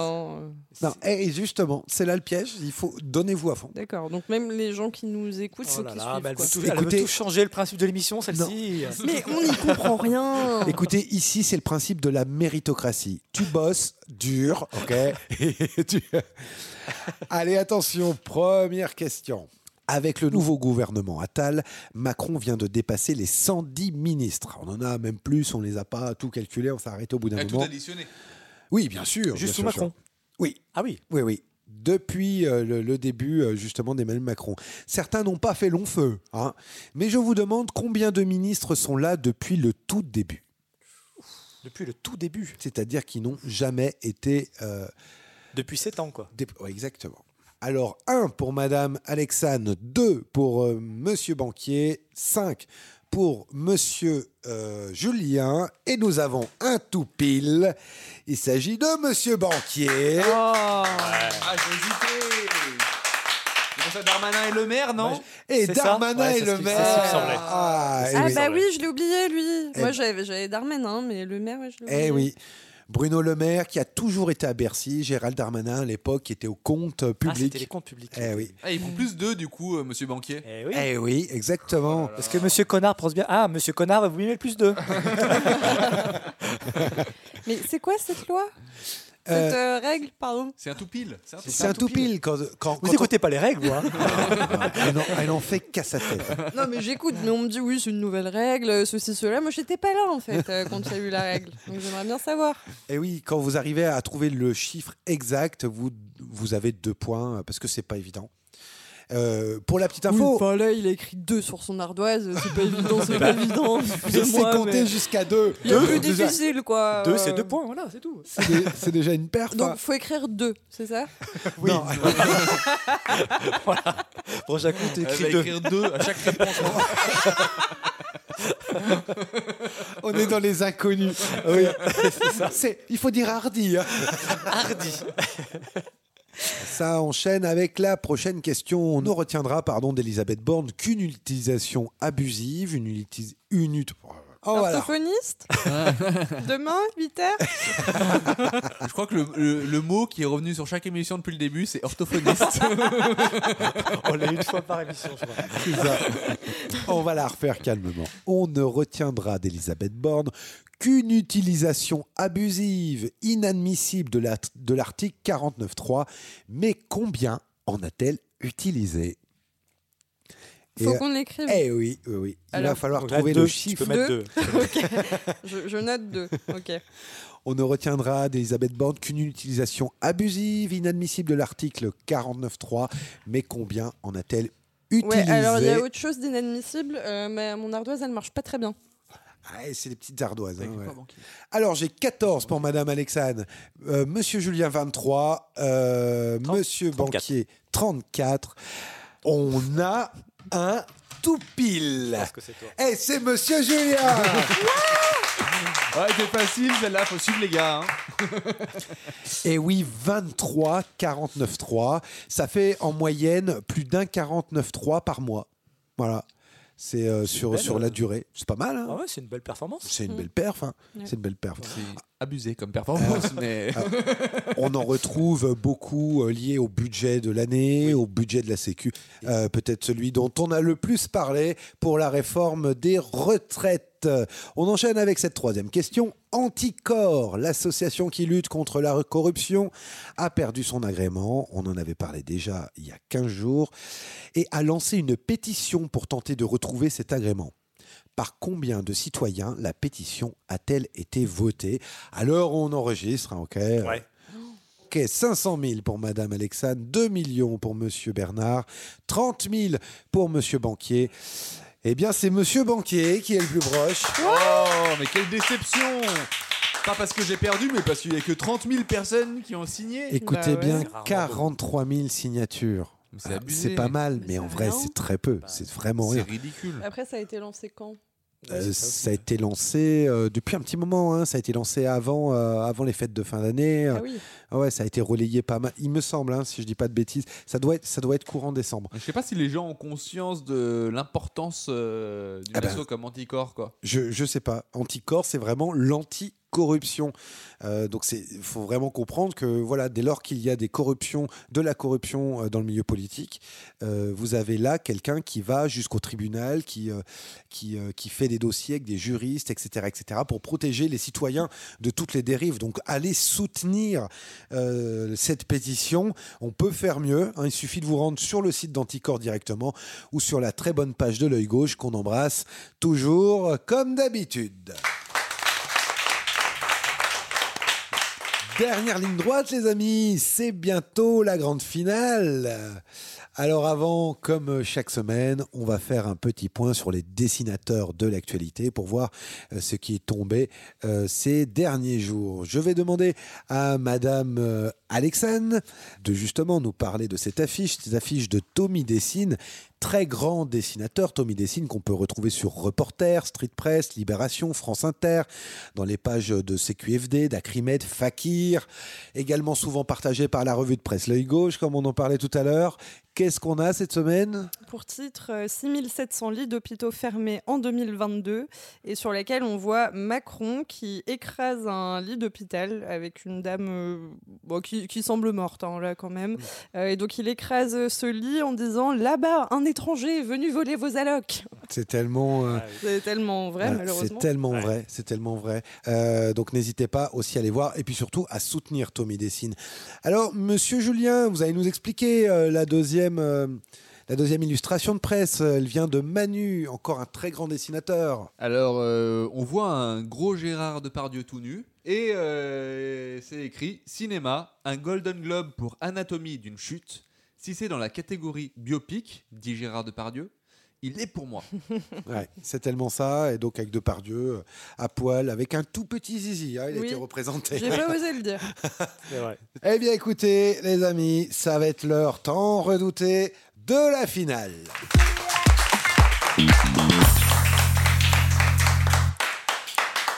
Non, et et justement, c'est là le piège. Il faut donnez-vous à fond. D'accord, donc même les gens qui nous écoutent, Oh faut là qu'ils là, suivent. mais elle, quoi. veut tout, elle veut Écoutez- tout changer le principe de l'émission, celle-ci. Mais on n'y comprend rien. Écoutez, ici, c'est le principe de la méritocratie. Tu bosses dur, ok Et tu- Allez, attention, première question. Avec le nouveau gouvernement Attal, Macron vient de dépasser les 110 ministres. On en a même plus, on les a pas tout calculés, on s'est arrêté au bout d'un Elle a tout moment. additionné. Oui, bien sûr. bien Juste sous sûr, bien sûr. Macron. Oui. Ah oui. Oui, oui. Depuis euh, le, le début, euh, justement, d'Emmanuel Macron. Certains n'ont pas fait long feu, hein. mais je vous demande combien de ministres sont là depuis le tout début Depuis le tout début. c'est-à-dire qu'ils n'ont jamais été. euh, Depuis 7 ans, quoi. dép- ouais, exactement. Alors, 1 pour Madame Alexane, 2 pour euh, Monsieur Banquier, 5 pour Monsieur euh, Julien, et nous avons un tout pile. Il s'agit de Monsieur Banquier. Ah, j'ai hésité C'est pour ça Darmanin et le maire, non Et C'est ça Darmanin et Ouais, c'est le ce qui- c'est ce qui me maire. semblait. Ah, eh Ah oui. bah oui, je l'ai oublié lui. Eh Moi ben- j'avais j'avais Darmanin, hein, mais le maire, ouais, je l'ai oublié. Eh oui. Bruno Le Maire, qui a toujours été à Bercy, Gérald Darmanin, à l'époque, qui était au compte Ah, c'était les public. comptes publics. eh oui. Ah, il prend plus deux, du coup, euh, monsieur banquier. Eh oui. Oh Eh oui, exactement. Parce que Monsieur Connard pense bien. Ah, Monsieur Connard va vous mimer le plus 2. Mais c'est quoi cette loi Euh, Cette euh, règle, pardon. C'est un tout pile. C'est un tout- C'est un tout pile quand. quand Vous quand écoutez pas les règles, vous, hein elle, en, elle en fait qu'à sa tête. Non, mais j'écoute, mais on me dit oui, c'est une nouvelle règle, euh, ceci, cela. Moi, j'étais pas là en fait euh, quand il y a eu la règle. Donc j'aimerais bien savoir. Et Eh oui, quand vous arrivez à trouver le chiffre exact, vous, vous avez deux points parce que c'est pas évident. Euh, pour la petite info, Oui, enfin, là, il a écrit deux sur son ardoise. C'est pas évident, c'est pas évident. j'ai sais excusez-moi, compter mais- jusqu'à deux. Il y a Deux, plus déjà- difficile, quoi. Deux, Ouais. c'est deux points, voilà, c'est tout. C'est dé- C'est déjà une perf. hein. Donc, faut écrire deux, c'est ça Oui. Pour chaque coup, Elle va t'écris deux. écrire deux à chaque réponse. On est dans les inconnus. Oui. C'est- Il faut dire hardi. hein. Hardy. Ça enchaîne avec la prochaine question. On ne retiendra, pardon, d'Elisabeth Borne qu'une utilisation abusive, une utilisation... Une ut- Oh, voilà. Orthophoniste Demain, 8h Je crois que le, le- le mot qui est revenu sur chaque émission depuis le début, c'est orthophoniste. On l'a une fois par émission, je crois. C'est ça. On va la refaire calmement. On ne retiendra d'Elisabeth Borne qu'une utilisation abusive, inadmissible de la- de l'article 49.3. Mais combien en a-t-elle utilisé Faut Et- qu'on l'écrive. Eh oui, oui, oui. Il va Mmh. Alors- falloir Donc là, trouver deux, le euh, tu chiffre. peux mettre deux. Ok. Je, je note deux. Ok. On ne retiendra d'Elisabeth Borne qu'une utilisation abusive, inadmissible de l'article 49.3. Mais combien en a-t-elle utilisé Ouais, alors il y a autre chose d'inadmissible, euh, mais mon ardoise, elle marche pas très bien. Ah, et c'est des petites ardoises. hein, ouais. pas banquier. Alors, j'ai 14 pour Madame Alexane, euh, Monsieur Julien 23, euh, Monsieur 34. Banquier 34. On a un tout pile. que c'est toi. Et c'est Monsieur Julien Ouais, c'est Ah, facile, celle-là, faut suivre les gars. hein. Et Eh oui, 23, 49, 3. Ça fait en moyenne plus d'un 49, 3 par mois. Voilà. C'est euh, sur, belle, sur la euh, durée. C'est pas mal, hein Ah ouais, c'est une belle performance. C'est une belle perf. hein. Ouais. C'est une belle perf. C'est Ah, abusé comme performance, mais. On en retrouve beaucoup euh, liés au budget de l'année, au budget de la Sécu, Euh, peut-être celui dont on a le plus parlé pour la réforme des retraites. On enchaîne avec cette troisième question. Anticorps, l'association qui lutte contre la corruption, a perdu son agrément. On en avait parlé déjà il y a 15 jours et a lancé une pétition pour tenter de retrouver cet agrément. Par combien de citoyens la pétition a-t-elle été votée Alors on enregistre, hein, ok Ouais. Ok, 500 000 pour Madame Alexane, 2 millions pour Monsieur Bernard, 30 000 pour Monsieur Banquier. Eh bien, c'est Monsieur Banquier qui est le plus proche. Oh, mais quelle déception Pas parce que j'ai perdu, mais parce qu'il n'y a que 30 000 personnes qui ont signé. Écoutez Bah ouais. bien, C'est rarement 43 000 signatures. Mais c'est Ah, abusé. pas mal, mais, c'est en vrai, rien. c'est très peu. C'est vraiment C'est rien. ridicule. Après, ça a été lancé quand Euh, ça a été lancé euh, depuis un petit moment. hein. Ça a été lancé avant, euh, avant les fêtes de fin d'année. Ah oui. Ah ouais, ça a été relayé pas mal. Il me semble, hein, si je dis pas de bêtises, ça doit être, ça doit être courant décembre. Je sais pas si les gens ont conscience de l'importance euh, d'une Ah ben. asso comme anticorps, quoi. Je, je sais pas. Anticorps, c'est vraiment l'anti-corruption. Euh, donc, il faut vraiment comprendre que voilà, dès lors qu'il y a des corruptions, de la corruption euh, dans le milieu politique, euh, vous avez là quelqu'un qui va jusqu'au tribunal, qui, euh, qui, euh, qui fait des dossiers avec des juristes, etc., etc., pour protéger les citoyens de toutes les dérives. Donc, allez soutenir euh, cette pétition. On peut faire mieux. hein. il suffit de vous rendre sur le site d'Anticorps directement ou sur la très bonne page de l'œil gauche qu'on embrasse toujours euh, comme d'habitude. Dernière ligne droite, les amis, c'est bientôt la grande finale. Alors avant, comme chaque semaine, on va faire un petit point sur les dessinateurs de l'actualité pour voir euh, ce qui est tombé euh, ces derniers jours. Je vais demander à Madame euh, Alexane de justement nous parler de cette affiche, cette affiche de Tommy Dessine, très grand dessinateur, Tommy Dessine, qu'on peut retrouver sur Reporter, Street Press, Libération, France Inter, dans les pages de CQFD, d'Acrimed, Fakir, également souvent partagé par la revue de presse L'œil gauche, comme on en parlait tout à l'heure. Qu'est-ce qu'on a cette semaine Pour titre, euh, 6700 lits d'hôpitaux fermés en 2022, et sur laquelle on voit Macron qui écrase un lit d'hôpital avec une dame euh, bon, qui, qui semble morte, hein, là quand même. Euh, et donc il écrase ce lit en disant Là-bas, un étranger est venu voler vos allocs. C'est tellement. euh, C'est tellement Ah, vrai, voilà, malheureusement. C'est tellement vrai, c'est tellement vrai. Euh, donc n'hésitez pas aussi à les voir et puis surtout à soutenir Tommy Dessine. Alors, monsieur Julien, vous allez nous expliquer euh, la deuxième. euh, la deuxième illustration de presse, elle vient de Manu, encore un très grand dessinateur. Alors, euh, on voit un gros Gérard Depardieu tout nu. Et euh, c'est écrit Cinéma, un Golden Globe pour Anatomie d'une chute. Si c'est dans la catégorie biopic, dit Gérard Depardieu, il est pour moi. Ouais, c'est tellement ça, et donc avec Depardieu, euh, à poil, avec un tout petit zizi, hein, il Oui. était représenté. J'ai pas osé le dire. Eh bien écoutez, les amis, ça va être l'heure tant redoutée de la finale.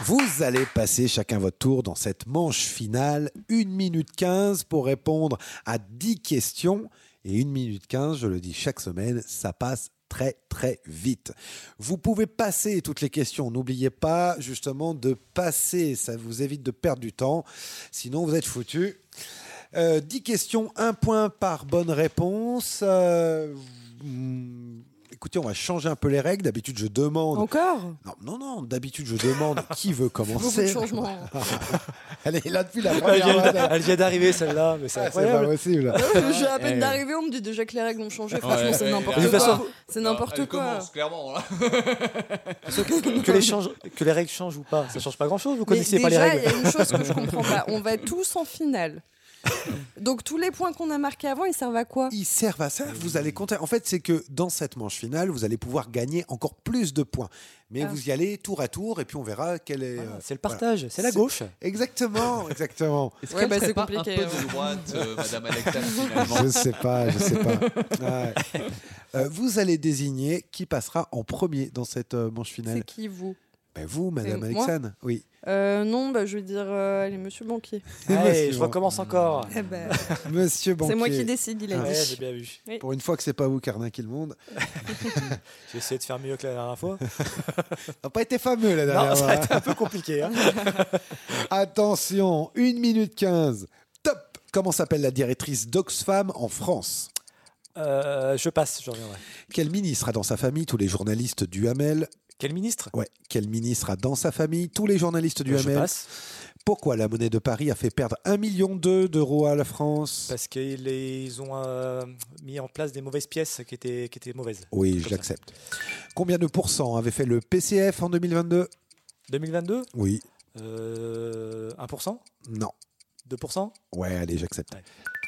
Vous allez passer chacun votre tour dans cette manche finale, 1 minute 15 pour répondre à 10 questions. Et 1 minute 15, je le dis chaque semaine, ça passe très très vite. Vous pouvez passer toutes les questions, n'oubliez pas justement de passer, ça vous évite de perdre du temps, sinon vous êtes foutus. Euh, 10 questions, 1 point par bonne réponse. Euh, hmm, écoutez, on va changer un peu les règles. D'habitude, je demande. Encore Non, non, non. D'habitude, je demande qui veut Beaucoup de commencer. changements. Elle est là depuis la Ah, Elle première. vient, fois. elle vient d'arriver celle-là, mais c'est Ah, c'est pas incroyable. possible. Je suis à peine Eh. d'arriver, on me dit déjà que les règles ont changé. Ouais, Franchement, c'est ouais, n'importe et de quoi. toute façon- C'est n'importe Ah, Elle quoi. commence, clairement. là. que, les change- que les règles changent ou pas, ça change pas grand-chose. Vous Mais connaissez pas les déjà, règles. Il y a une chose que je comprends pas. On va tous en finale. Donc tous les points qu'on a marqués avant, ils servent à quoi Ils servent à ça. Vous allez compter. En fait, c'est que dans cette manche finale, vous allez pouvoir gagner encore plus de points. Mais Ah. vous y allez tour à tour et puis on verra quel Ah est. euh, c'est le voilà. partage, c'est la gauche. Exactement, exactement. Est-ce Ouais, qu'elle bah, serait c'est pas compliqué, un peu ouais. de droite, euh, Madame Alexandre, finalement Je sais pas, je sais pas. Ouais. Euh, vous allez désigner qui passera en premier dans cette euh, manche finale. C'est qui vous Ben, vous, Madame moi Alexane. Oui. Euh, Non, bah, je vais dire euh, allez, Monsieur Banquier. Allez, Monsieur- je recommence encore. Eh ben, Monsieur Banquier. c'est moi qui décide, il a Ouais, dit. j'ai bien vu. Oui. Pour une fois que c'est pas vous qui arnaquez le monde. J'ai essayé de faire mieux que la dernière fois. Ça n'a Ah, pas été fameux la dernière non, ça fois. a été un peu compliqué. hein. Attention, 1 minute 15. Top Comment s'appelle la directrice d'Oxfam en France Euh, je passe, je reviendrai. Quel ministre a dans sa famille tous les journalistes du Hamel Quel ministre Ouais, quel ministre a dans sa famille tous les journalistes du Euh, Je Hamel passe Pourquoi la monnaie de Paris a fait perdre 1,2 million d'euros à la France parce qu'ils ils ont euh, mis en place des mauvaises pièces qui étaient, qui étaient mauvaises. Oui, Comme je ça. l'accepte. Combien de pourcents avait fait le PCF en 2022 2022 Oui. euh, 1% Non. 2% Ouais, allez, j'accepte. Ouais.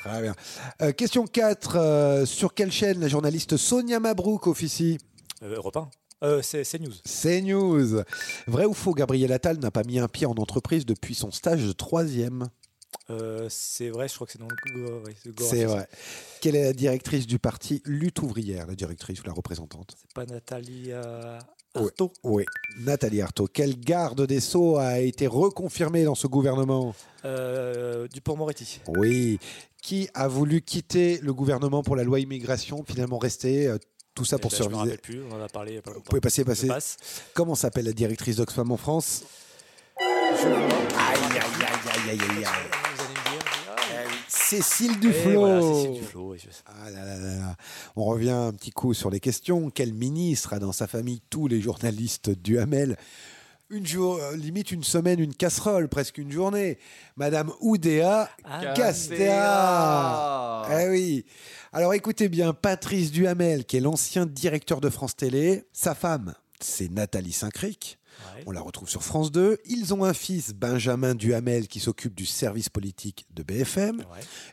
Très bien. Euh, question 4. sur quelle chaîne la journaliste Sonia Mabrouk officie euh, Europe 1 euh, c'est, c'est News. CNews. Vrai ou faux, Gabriel Attal n'a pas mis un pied en entreprise depuis son stage de troisième. Euh, c'est vrai, je crois que c'est dans le. Go- ouais, le Go- C'est vrai. Quelle est la directrice du parti Lutte ouvrière, la directrice ou la représentante C'est pas Nathalie euh, Ouais. Arthaud Oui. Nathalie Arthaud. Quel garde des Sceaux a été reconfirmé dans ce gouvernement euh, Dupont-Moretti. Oui. Qui a voulu quitter le gouvernement pour la loi immigration, finalement rester euh, tout ça Eh pour ben, Je me survivre rappelle plus, on en a parlé il y a pas longtemps. pouvez passer, Je passer. passe. Comment s'appelle la directrice d'Oxfam en France Aïe, aïe, aïe, aïe, aïe, aïe. hein, Vous allez me dire. ah, Cécile eh, Duflo. voilà, c'est Duflo, oui, je sais. Ah là là là là. On revient un petit coup sur les questions. Quel ministre a dans sa famille tous les journalistes du Hamel une jour, euh, limite une semaine, une casserole, presque une journée. Madame Oudéa Ah. Castéa. Eh oui. Alors écoutez bien, Patrice Duhamel, qui est l'ancien directeur de France Télé, sa femme, c'est Nathalie Saint-Cric. Ouais. On la retrouve sur France 2. Ils ont un fils, Benjamin Duhamel, qui s'occupe du service politique de BFM. Ouais.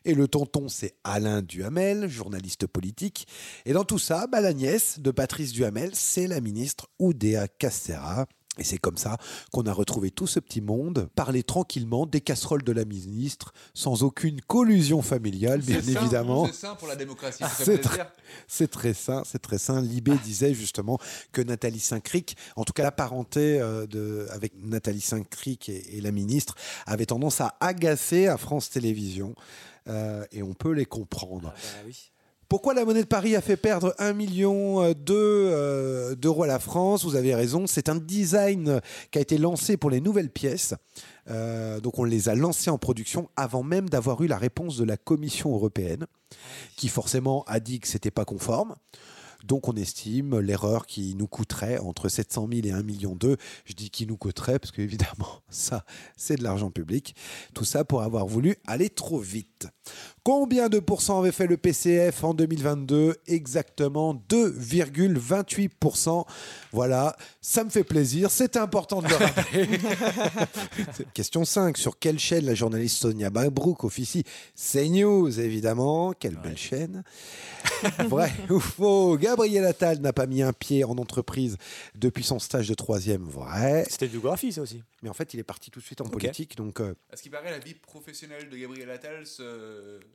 Et le tonton, c'est Alain Duhamel, journaliste politique. Et dans tout ça, bah, la nièce de Patrice Duhamel, c'est la ministre Oudéa Castera. Et c'est comme ça qu'on a retrouvé tout ce petit monde, parler tranquillement des casseroles de la ministre, sans aucune collusion familiale, bien C'est sain, évidemment. C'est sain pour la démocratie, si ça C'est peut le dire. C'est très sain, c'est très sain. Libé Ah. disait justement que Nathalie Saint-Cric, en tout cas la parenté euh, de, avec Nathalie Saint-Cric et, et la ministre, avait tendance à agacer à France Télévisions. Euh, et on peut les comprendre. Bah oui. Pourquoi la monnaie de Paris a fait perdre 1 million euh, de, euh, d'euros à la France Vous avez raison, c'est un design qui a été lancé pour les nouvelles pièces. Euh, donc on les a lancées en production avant même d'avoir eu la réponse de la Commission européenne, qui forcément a dit que c'était pas conforme. Donc on estime l'erreur qui nous coûterait entre 700 000 et 1 million d'eux. Je dis qui nous coûterait parce qu'évidemment, ça, c'est de l'argent public. Tout ça pour avoir voulu aller trop vite. Combien de pourcents avait fait le PCF en 2022 Exactement 2,28%. Voilà, ça me fait plaisir, c'est important de le rappeler. Question 5. Sur quelle chaîne la journaliste Sonia Mabrouk officie CNews, évidemment. Quelle belle chaîne. Vrai ou faux Gabriel Attal n'a pas mis un pied en entreprise depuis son stage de troisième. Vrai. C'était du graphie, ça aussi. Mais en fait, il est parti tout de suite en politique. Donc, euh, À ce qui paraît, la vie professionnelle de Gabriel Attal, se-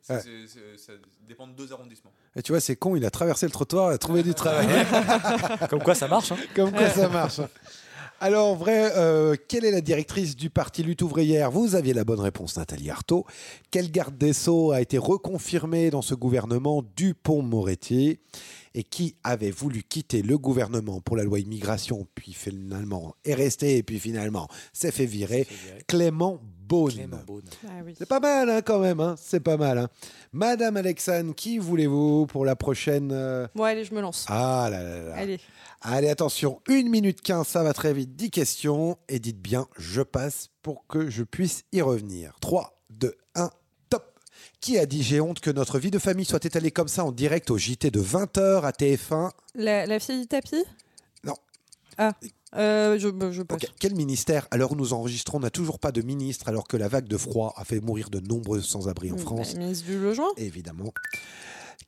Ouais. c'est- c'est- ça dépend de deux arrondissements. et tu vois, c'est con, il a traversé le trottoir et a trouvé du travail. Comme quoi, ça marche, hein. Comme quoi, ça marche. Alors, en vrai, euh, quelle est la directrice du parti Lutte ouvrière Vous aviez la bonne réponse, Nathalie Arthaud. Quel garde des Sceaux a été reconfirmé dans ce gouvernement Dupont-Moretti Et qui avait voulu quitter le gouvernement pour la loi immigration, puis finalement est resté, et puis finalement s'est fait virer Clément Beaune. Ah C'est pas mal, hein, quand même. hein. C'est pas mal. hein. Madame Alexane, qui voulez-vous pour la prochaine euh, Bon, allez, je me lance. Ah là là là. Allez. Allez, attention, 1 minute 15, ça va très vite. 10 questions et dites bien, je passe pour que je puisse y revenir. 3, 2, 1, top Qui a dit j'ai honte que notre vie de famille soit étalée comme ça en direct au JT de 20h à TF1 La, la fille du tapis Non. Ah, euh, je, bah, je passe. Ok, Quel ministère, à l'heure où nous enregistrons, n'a toujours pas de ministre alors que la vague de froid a fait mourir de nombreux sans-abri en Bah, France ministre du Logement Évidemment.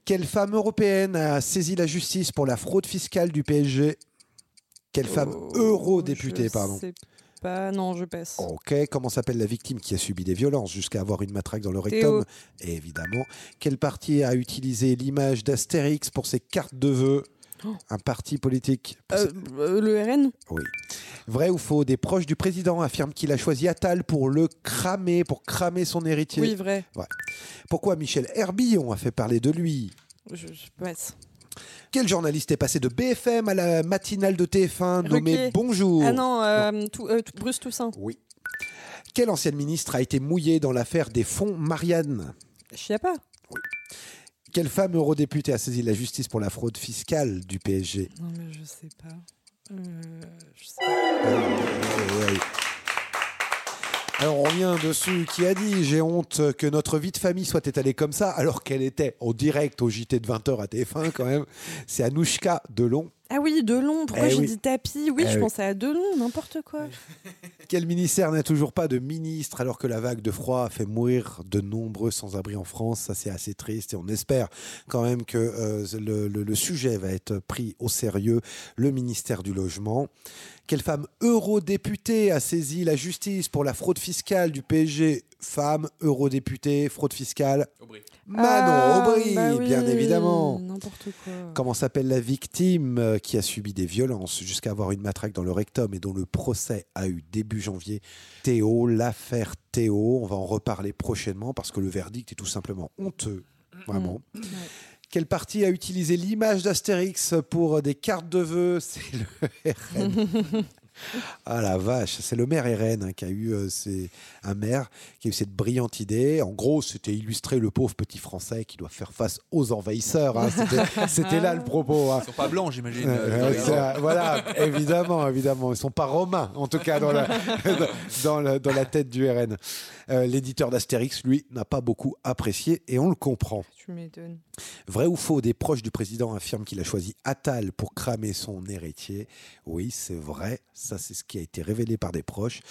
Quelle femme européenne a saisi la justice pour la fraude fiscale du PSG Quelle femme Oh, eurodéputée, pardon Oh. C'est pas... Non, je passe. Ok, comment s'appelle la victime qui a subi des violences jusqu'à avoir une matraque dans le rectum Et Évidemment. Quel parti a utilisé l'image d'Astérix pour ses cartes de vœux Oh. Un parti politique pour Euh, ses- euh, le RN Oui. Vrai ou faux Des proches du président affirment qu'il a choisi Attal pour le cramer, pour cramer son héritier. Oui, vrai. Ouais. Pourquoi Michel Herbillon a fait parler de lui Je, je passe. Quel journaliste est passé de BFM à la matinale de TF1 nommé Ruquier. Bonjour Ah non, euh, tout- euh, tout- Bruce Toussaint. Oui. Quel ancien ministre a été mouillé dans l'affaire des fonds Marianne Je sais pas. Quelle femme eurodéputée a saisi la justice pour la fraude fiscale du PSG Non, mais je sais pas. Euh, je sais Eh Ouais. Alors on revient dessus qui a dit j'ai honte que notre vie de famille soit étalée comme ça alors qu'elle était en direct au JT de 20h à TF1 quand même. C'est Anouchka Delon. Ah oui, Delon. Pourquoi Eh j'ai oui. dit tapis Oui, Eh je oui. pensais à Delon, n'importe quoi. Quel ministère n'a toujours pas de ministre alors que la vague de froid a fait mourir de nombreux sans-abri en France Ça, c'est assez triste et on espère quand même que euh, le, le- le sujet va être pris au sérieux. Le ministère du Logement. Quelle femme eurodéputée a saisi la justice pour la fraude fiscale du PSG Femme eurodéputée, fraude fiscale Manon Ah, Aubry, bah oui, bien évidemment. N'importe quoi. Comment s'appelle la victime euh, qui a subi des violences jusqu'à avoir une matraque dans le rectum et dont le procès a eu début janvier Théo, l'affaire Théo, on va en reparler prochainement parce que le verdict est tout simplement honteux, vraiment. Quel parti a utilisé l'image d'Astérix pour euh, des cartes de vœux C'est le RN. Ah la vache, c'est le maire RN hein, qui a eu euh, c'est un maire qui a eu cette brillante idée. En gros, c'était illustrer le pauvre petit Français qui doit faire face aux envahisseurs. hein. C'était- C'était là le propos. hein. Ils sont pas blancs, j'imagine. Euh, euh, ouais, c'est- voilà, évidemment, évidemment. Ils sont pas romains, en tout cas, dans la, dans la, dans la tête du RN. Euh, L'éditeur d'Astérix, lui, n'a pas beaucoup apprécié et on le comprend. Tu m'étonnes. Vrai ou faux, des proches du président affirment qu'il a choisi Attal pour cramer son héritier. Oui, c'est vrai. Ça, c'est ce qui a été révélé par des proches.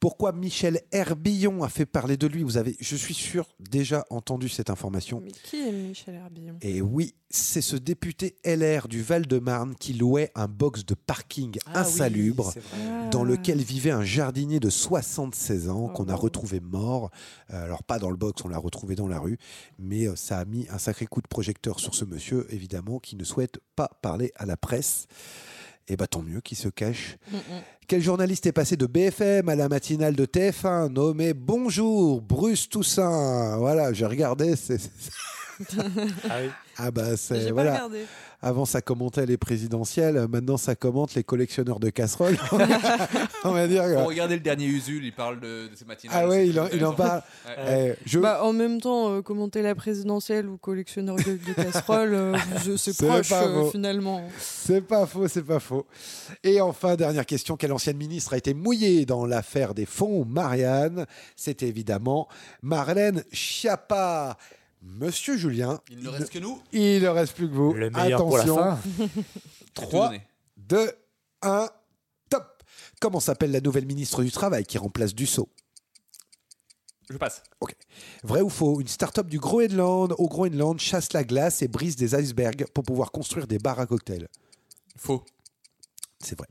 Pourquoi Michel Herbillon a fait parler de lui Vous avez, je suis sûr, déjà entendu cette information. Mais qui est Michel Herbillon Et oui, c'est ce député LR du Val-de-Marne qui louait un box de parking insalubre Ah. dans lequel vivait un jardinier de 76 ans qu'on a retrouvé mort. Euh, Alors pas dans le box, on l'a retrouvé dans la rue, mais euh, ça a mis un sacré coup de projecteur sur ce monsieur, évidemment, qui ne souhaite pas parler à la presse. Et bah tant mieux qu'il se cache. Mm, Quel journaliste est passé de BFM à la matinale de TF1 nommé Bonjour Bruce Toussaint Voilà, j'ai regardé, c'est- Ah oui. Ah bah c'est J'ai pas voilà. regardé. Avant ça commentait les présidentielles, maintenant ça commente les collectionneurs de casseroles. On va dire. que- Pour regarder le dernier Usul, il parle de, de ses matinales. Ah ouais, c'est il en, très il en intéressant. parle. Ouais. Eh, je- Bah, en même temps, euh, commenter la présidentielle ou collectionneur de, de casseroles, euh, je- c'est C'est proche pas euh, faux. finalement. C'est pas faux, c'est pas faux. Et enfin, dernière question, quelle ancienne ministre a été mouillée dans l'affaire des fonds Marianne C'est évidemment Marlène Schiappa. Monsieur Julien, Il ne reste que nous. il ne reste plus que vous. Le meilleur pour la Attention. fin. 3, donné. 2, 1, top Comment s'appelle la nouvelle ministre du Travail qui remplace Dussault Je passe. Ok. Vrai ou faux Une start-up du Groenland au Groenland chasse la glace et brise des icebergs pour pouvoir construire des bars à cocktails. Faux. C'est vrai.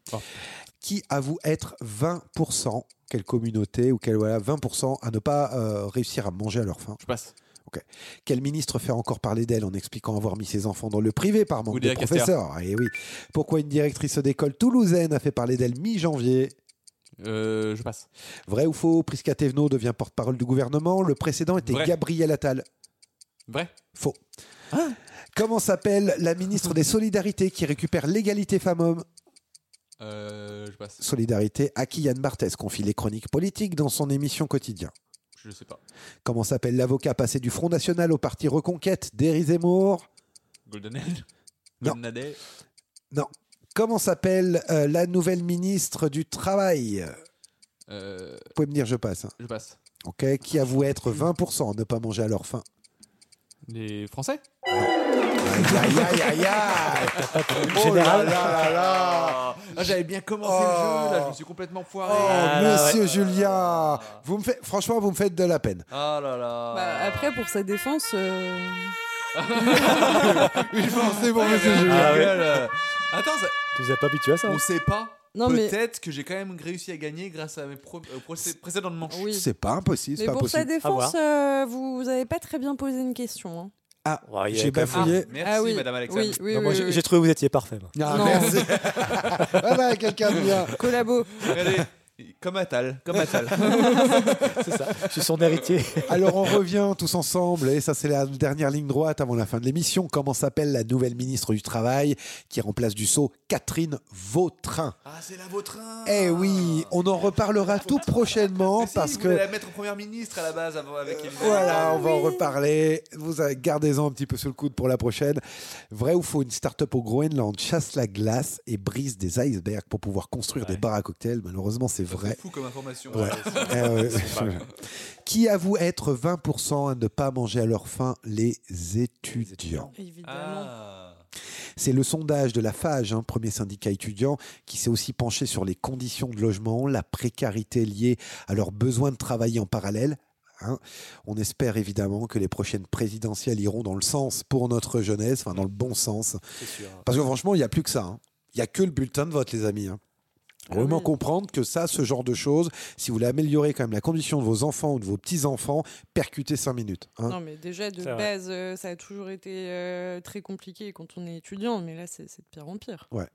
Qui avoue être 20% quelle communauté ou quelle voilà 20% à ne pas euh, réussir à manger à leur faim Je passe. Ok. Quel ministre fait encore parler d'elle en expliquant avoir mis ses enfants dans le privé par manque Oudéa de Castéra. professeurs Et oui. Pourquoi une directrice d'école toulousaine a fait parler d'elle mi-janvier Euh, je passe. Vrai ou faux Prisca Thévenot devient porte-parole du gouvernement. Le précédent était Vrai. Gabriel Attal. Vrai. Faux. Comment s'appelle la ministre des Solidarités qui récupère l'égalité femmes-hommes Euh, je passe. Solidarité à qui Yann Barthès confie les chroniques politiques dans son émission quotidien. Je sais pas. Comment s'appelle l'avocat passé du Front National au parti Reconquête d'Éric Zemmour Golden Age. Non. Golden Age. Non. Comment s'appelle euh, la nouvelle ministre du Travail Euh, Vous pouvez me dire je passe. hein. je passe. Ok. Qui avoue être 20% à ne pas manger à leur faim Les Français Aïe aïe aïe aïe Oh Général. Ah, J'avais bien commencé le jeu, là, je me suis complètement foiré. Oh, monsieur Julien vous me faites, Franchement, vous me faites de la peine. Ah là là. Bah, après, pour sa défense. euh, Une pensée pour Ah, monsieur mais Julien. ta gueule, euh. Attends, ça- Tu nous as pas habitués à ça. on sait pas. Non, mais- Peut-être que j'ai quand même réussi à gagner grâce à mes pro- euh, procé- précédentes manches. Ah Oui. C'est pas impossible, c'est Mais pas pour sa possible. défense, euh, vous vous avez pas très bien posé une question. hein. Ah, Ouais, il y a j'ai quand même- bafouillé. Merci, Ah oui, madame Alexandre. oui, oui, Non, moi, oui, j'ai- oui. J'ai trouvé que vous étiez parfait. moi. Ah, Non. merci. voilà quelqu'un de bien. Collabo. Regardez, comme Attal, comme Attal. Ah, Je suis son héritier. Alors on revient tous ensemble, et ça c'est la dernière ligne droite avant la fin de l'émission. Comment s'appelle la nouvelle ministre du Travail qui remplace du sceau Catherine Vautrin ah, c'est la Vautrin Eh oui, on en reparlera tout prochainement Mais si, parce il voulait que... la mettre en première ministre à la base avant- avec Ah, Elisabeth. Voilà, on va en reparler. Vous euh, gardez-en un petit peu sous le coude pour la prochaine. Vrai ou faux, une start-up au Groenland chasse la glace et brise des icebergs pour pouvoir construire des bars à cocktails. Malheureusement, c'est vrai. C'est fou comme information. Ouais. Euh, ouais. Qui avoue être 20% à ne pas manger à leur faim Les étudiants. Ah. C'est le sondage de la FAGE, hein, premier syndicat étudiant, qui s'est aussi penché sur les conditions de logement, la précarité liée à leur besoin de travailler en parallèle. hein. On espère évidemment que les prochaines présidentielles iront dans le sens pour notre jeunesse, enfin dans le bon sens. C'est sûr. Parce que franchement, il n'y a plus que ça. hein. Il n'y a que le bulletin de vote, les amis. hein. Ah Vraiment comprendre que ça, ce genre de choses, si vous voulez améliorer quand même la condition de vos enfants ou de vos petits-enfants, percutez 5 minutes. hein. Non, mais déjà, de C'est vrai. base, euh, ça a toujours été euh, très compliqué quand on est étudiant, mais là, c'est c'est de pire en pire. Ouais.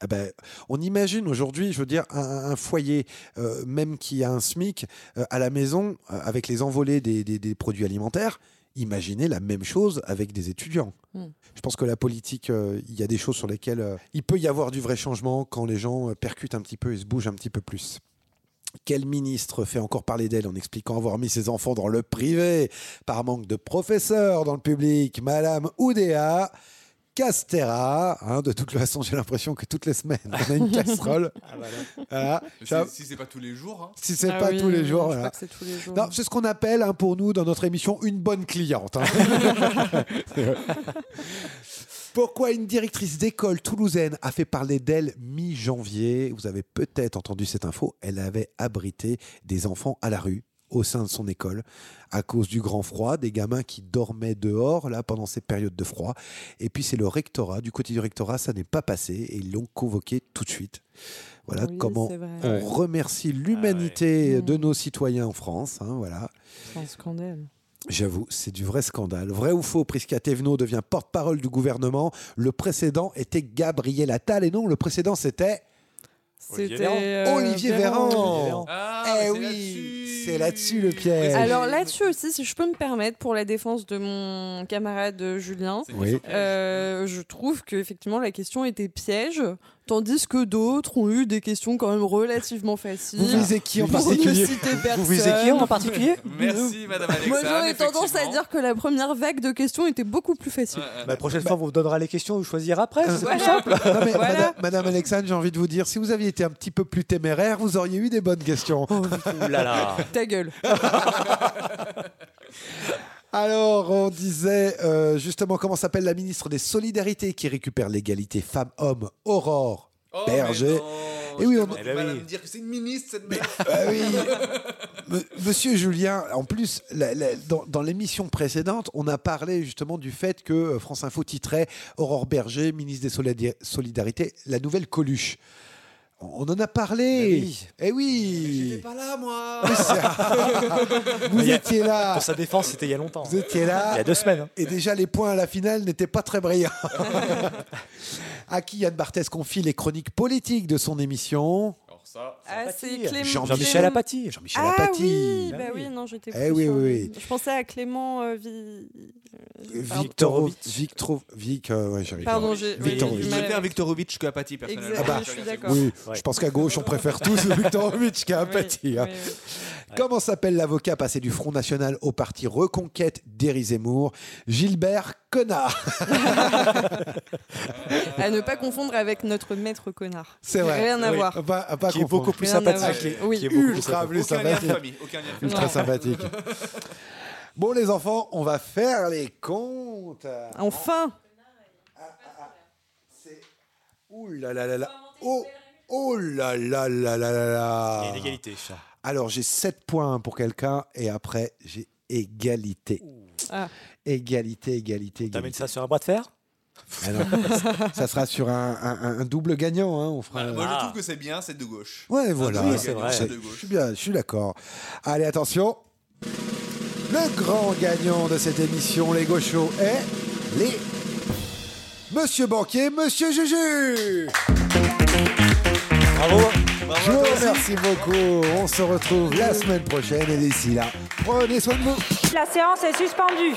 Ah ben, on imagine aujourd'hui, je veux dire, un, un foyer, euh, même qui a un SMIC, euh, à la maison, euh, avec les envolées des, des- des produits alimentaires, imaginez la même chose avec des étudiants. Mm. Je pense que la politique, euh, il y a des choses sur lesquelles euh, il peut y avoir du vrai changement quand les gens euh, percutent un petit peu et se bougent un petit peu plus. Quel ministre fait encore parler d'elle en expliquant avoir mis ses enfants dans le privé par manque de professeurs dans le public Madame Oudéa Castera. hein, de toute façon, j'ai l'impression que toutes les semaines, on a une casserole. Voilà. Mais Ça- Si, si c'est pas tous les jours. hein. si c'est pas tous les jours. Ah Je voilà. crois que c'est tous les jours. Non, c'est ce qu'on appelle hein, pour nous dans notre émission une bonne cliente. hein. Pourquoi une directrice d'école toulousaine a fait parler d'elle mi-janvier Vous avez peut-être entendu cette info. Elle avait abrité des enfants à la rue au sein de son école à cause du grand froid, des gamins qui dormaient dehors là pendant ces périodes de froid. Et puis c'est le rectorat, du côté du rectorat, ça n'est pas passé et ils l'ont convoqué tout de suite. Voilà Oui, comment c'est vrai. on Ouais. remercie l'humanité de nos citoyens en France. hein, voilà. C'est un scandale. J'avoue, c'est du vrai scandale. Vrai ou faux, Prisca Thévenot devient porte-parole du gouvernement. Le précédent était Gabriel Attal et non, le précédent c'était C'était euh, Olivier euh, Véran. Véran. eh Ah, mais c'est oui, c'est là-dessus le piège. Alors là-dessus aussi, si je peux me permettre, pour la défense de mon camarade Julien, Oui. euh, je trouve que effectivement la question était piège, tandis que d'autres ont eu des questions quand même relativement faciles. Vous visez qui en Pour ne particulier Bah, citer Ah. Vous visez qui en personne. particulier Merci, madame Alexa. Moi j'aurais tendance à effectivement. dire que la première vague de questions était beaucoup plus facile. La prochaine fois, on vous donnera les questions, vous choisirez après. C'est Voilà. plus simple. Bah. Non, mais madame, madame Alexandre, j'ai envie de vous dire, si vous aviez été un petit peu plus téméraire, vous auriez eu des bonnes questions. là là. Ta gueule. Alors, on disait euh, justement comment s'appelle la ministre des Solidarités qui récupère l'égalité femmes-hommes, Aurore Oh, Berger. Et oui, on- Madame dire que c'est une ministre, cette merde. Ah Me- Monsieur Julien, en plus, la- la- dans, dans l'émission précédente, on a parlé justement du fait que euh, France Info titrait Aurore Berger, ministre des Solidi- Solidarités, la nouvelle Coluche. On on en a parlé. Eh oui. Pas là, moi. Vous Il y a- étiez là. Pour sa défense, c'était il y a longtemps. Vous étiez là. Il y a deux semaines. hein. Et déjà, les points à la finale n'étaient pas très brillants. à qui Yann Barthès confie les chroniques politiques de son émission Ah, c'est Clément- Jean-Michel Clément- Apathy. Jean-Michel ah, Apathy. Oui, Bah bah oui. oui, non, j'étais. Eh plus oui, sur- oui, oui. Je pensais à Clément euh, Vi- Victor, Victor, Vic, euh, ouais, j'arrive. Pardon, j'ai- oui, Victorovic. j'ai du mal à- Faire Viktorovic que Apathy, personnellement. Ah bah, je suis d'accord. oui, je pense qu'à gauche, on préfère tous Viktorovic qu'à Apathy. hein. Comment s'appelle l'avocat passé du Front National au parti Reconquête d'Éric Zemmour Gilbert Connard. euh, À ne pas confondre avec notre maître connard. C'est vrai. Rien à Oui. voir. Pas- pas Qui est confondre. beaucoup plus Rien à sympathique. voir. qui est- Oui. qui est beaucoup plus Ultra sympathique. plus sympathique. Ultra Non. sympathique. Bon, les enfants, on va faire les comptes. Ah. Enfin Ouh là là là là. Oh, oh là là là là là là. Il y a une égalité, ça. Alors, j'ai 7 points pour quelqu'un et après, j'ai égalité. Ah. Égalité, égalité, T'amènes égalité. ça sur un bras de fer Ah non, ça- ça sera sur un, un- un double gagnant. hein, on fera Moi, Ah. je trouve que c'est bien, c'est de gauche. Ouais, voilà. Ah, Oui, c'est vrai. Je je suis bien, je suis d'accord. Allez, attention. Le grand gagnant de cette émission, les gauchos, est les Monsieur Banquier, Monsieur Juju. Bravo. Je vous remercie beaucoup. On se retrouve la semaine prochaine et d'ici là, prenez soin de vous. La séance est suspendue.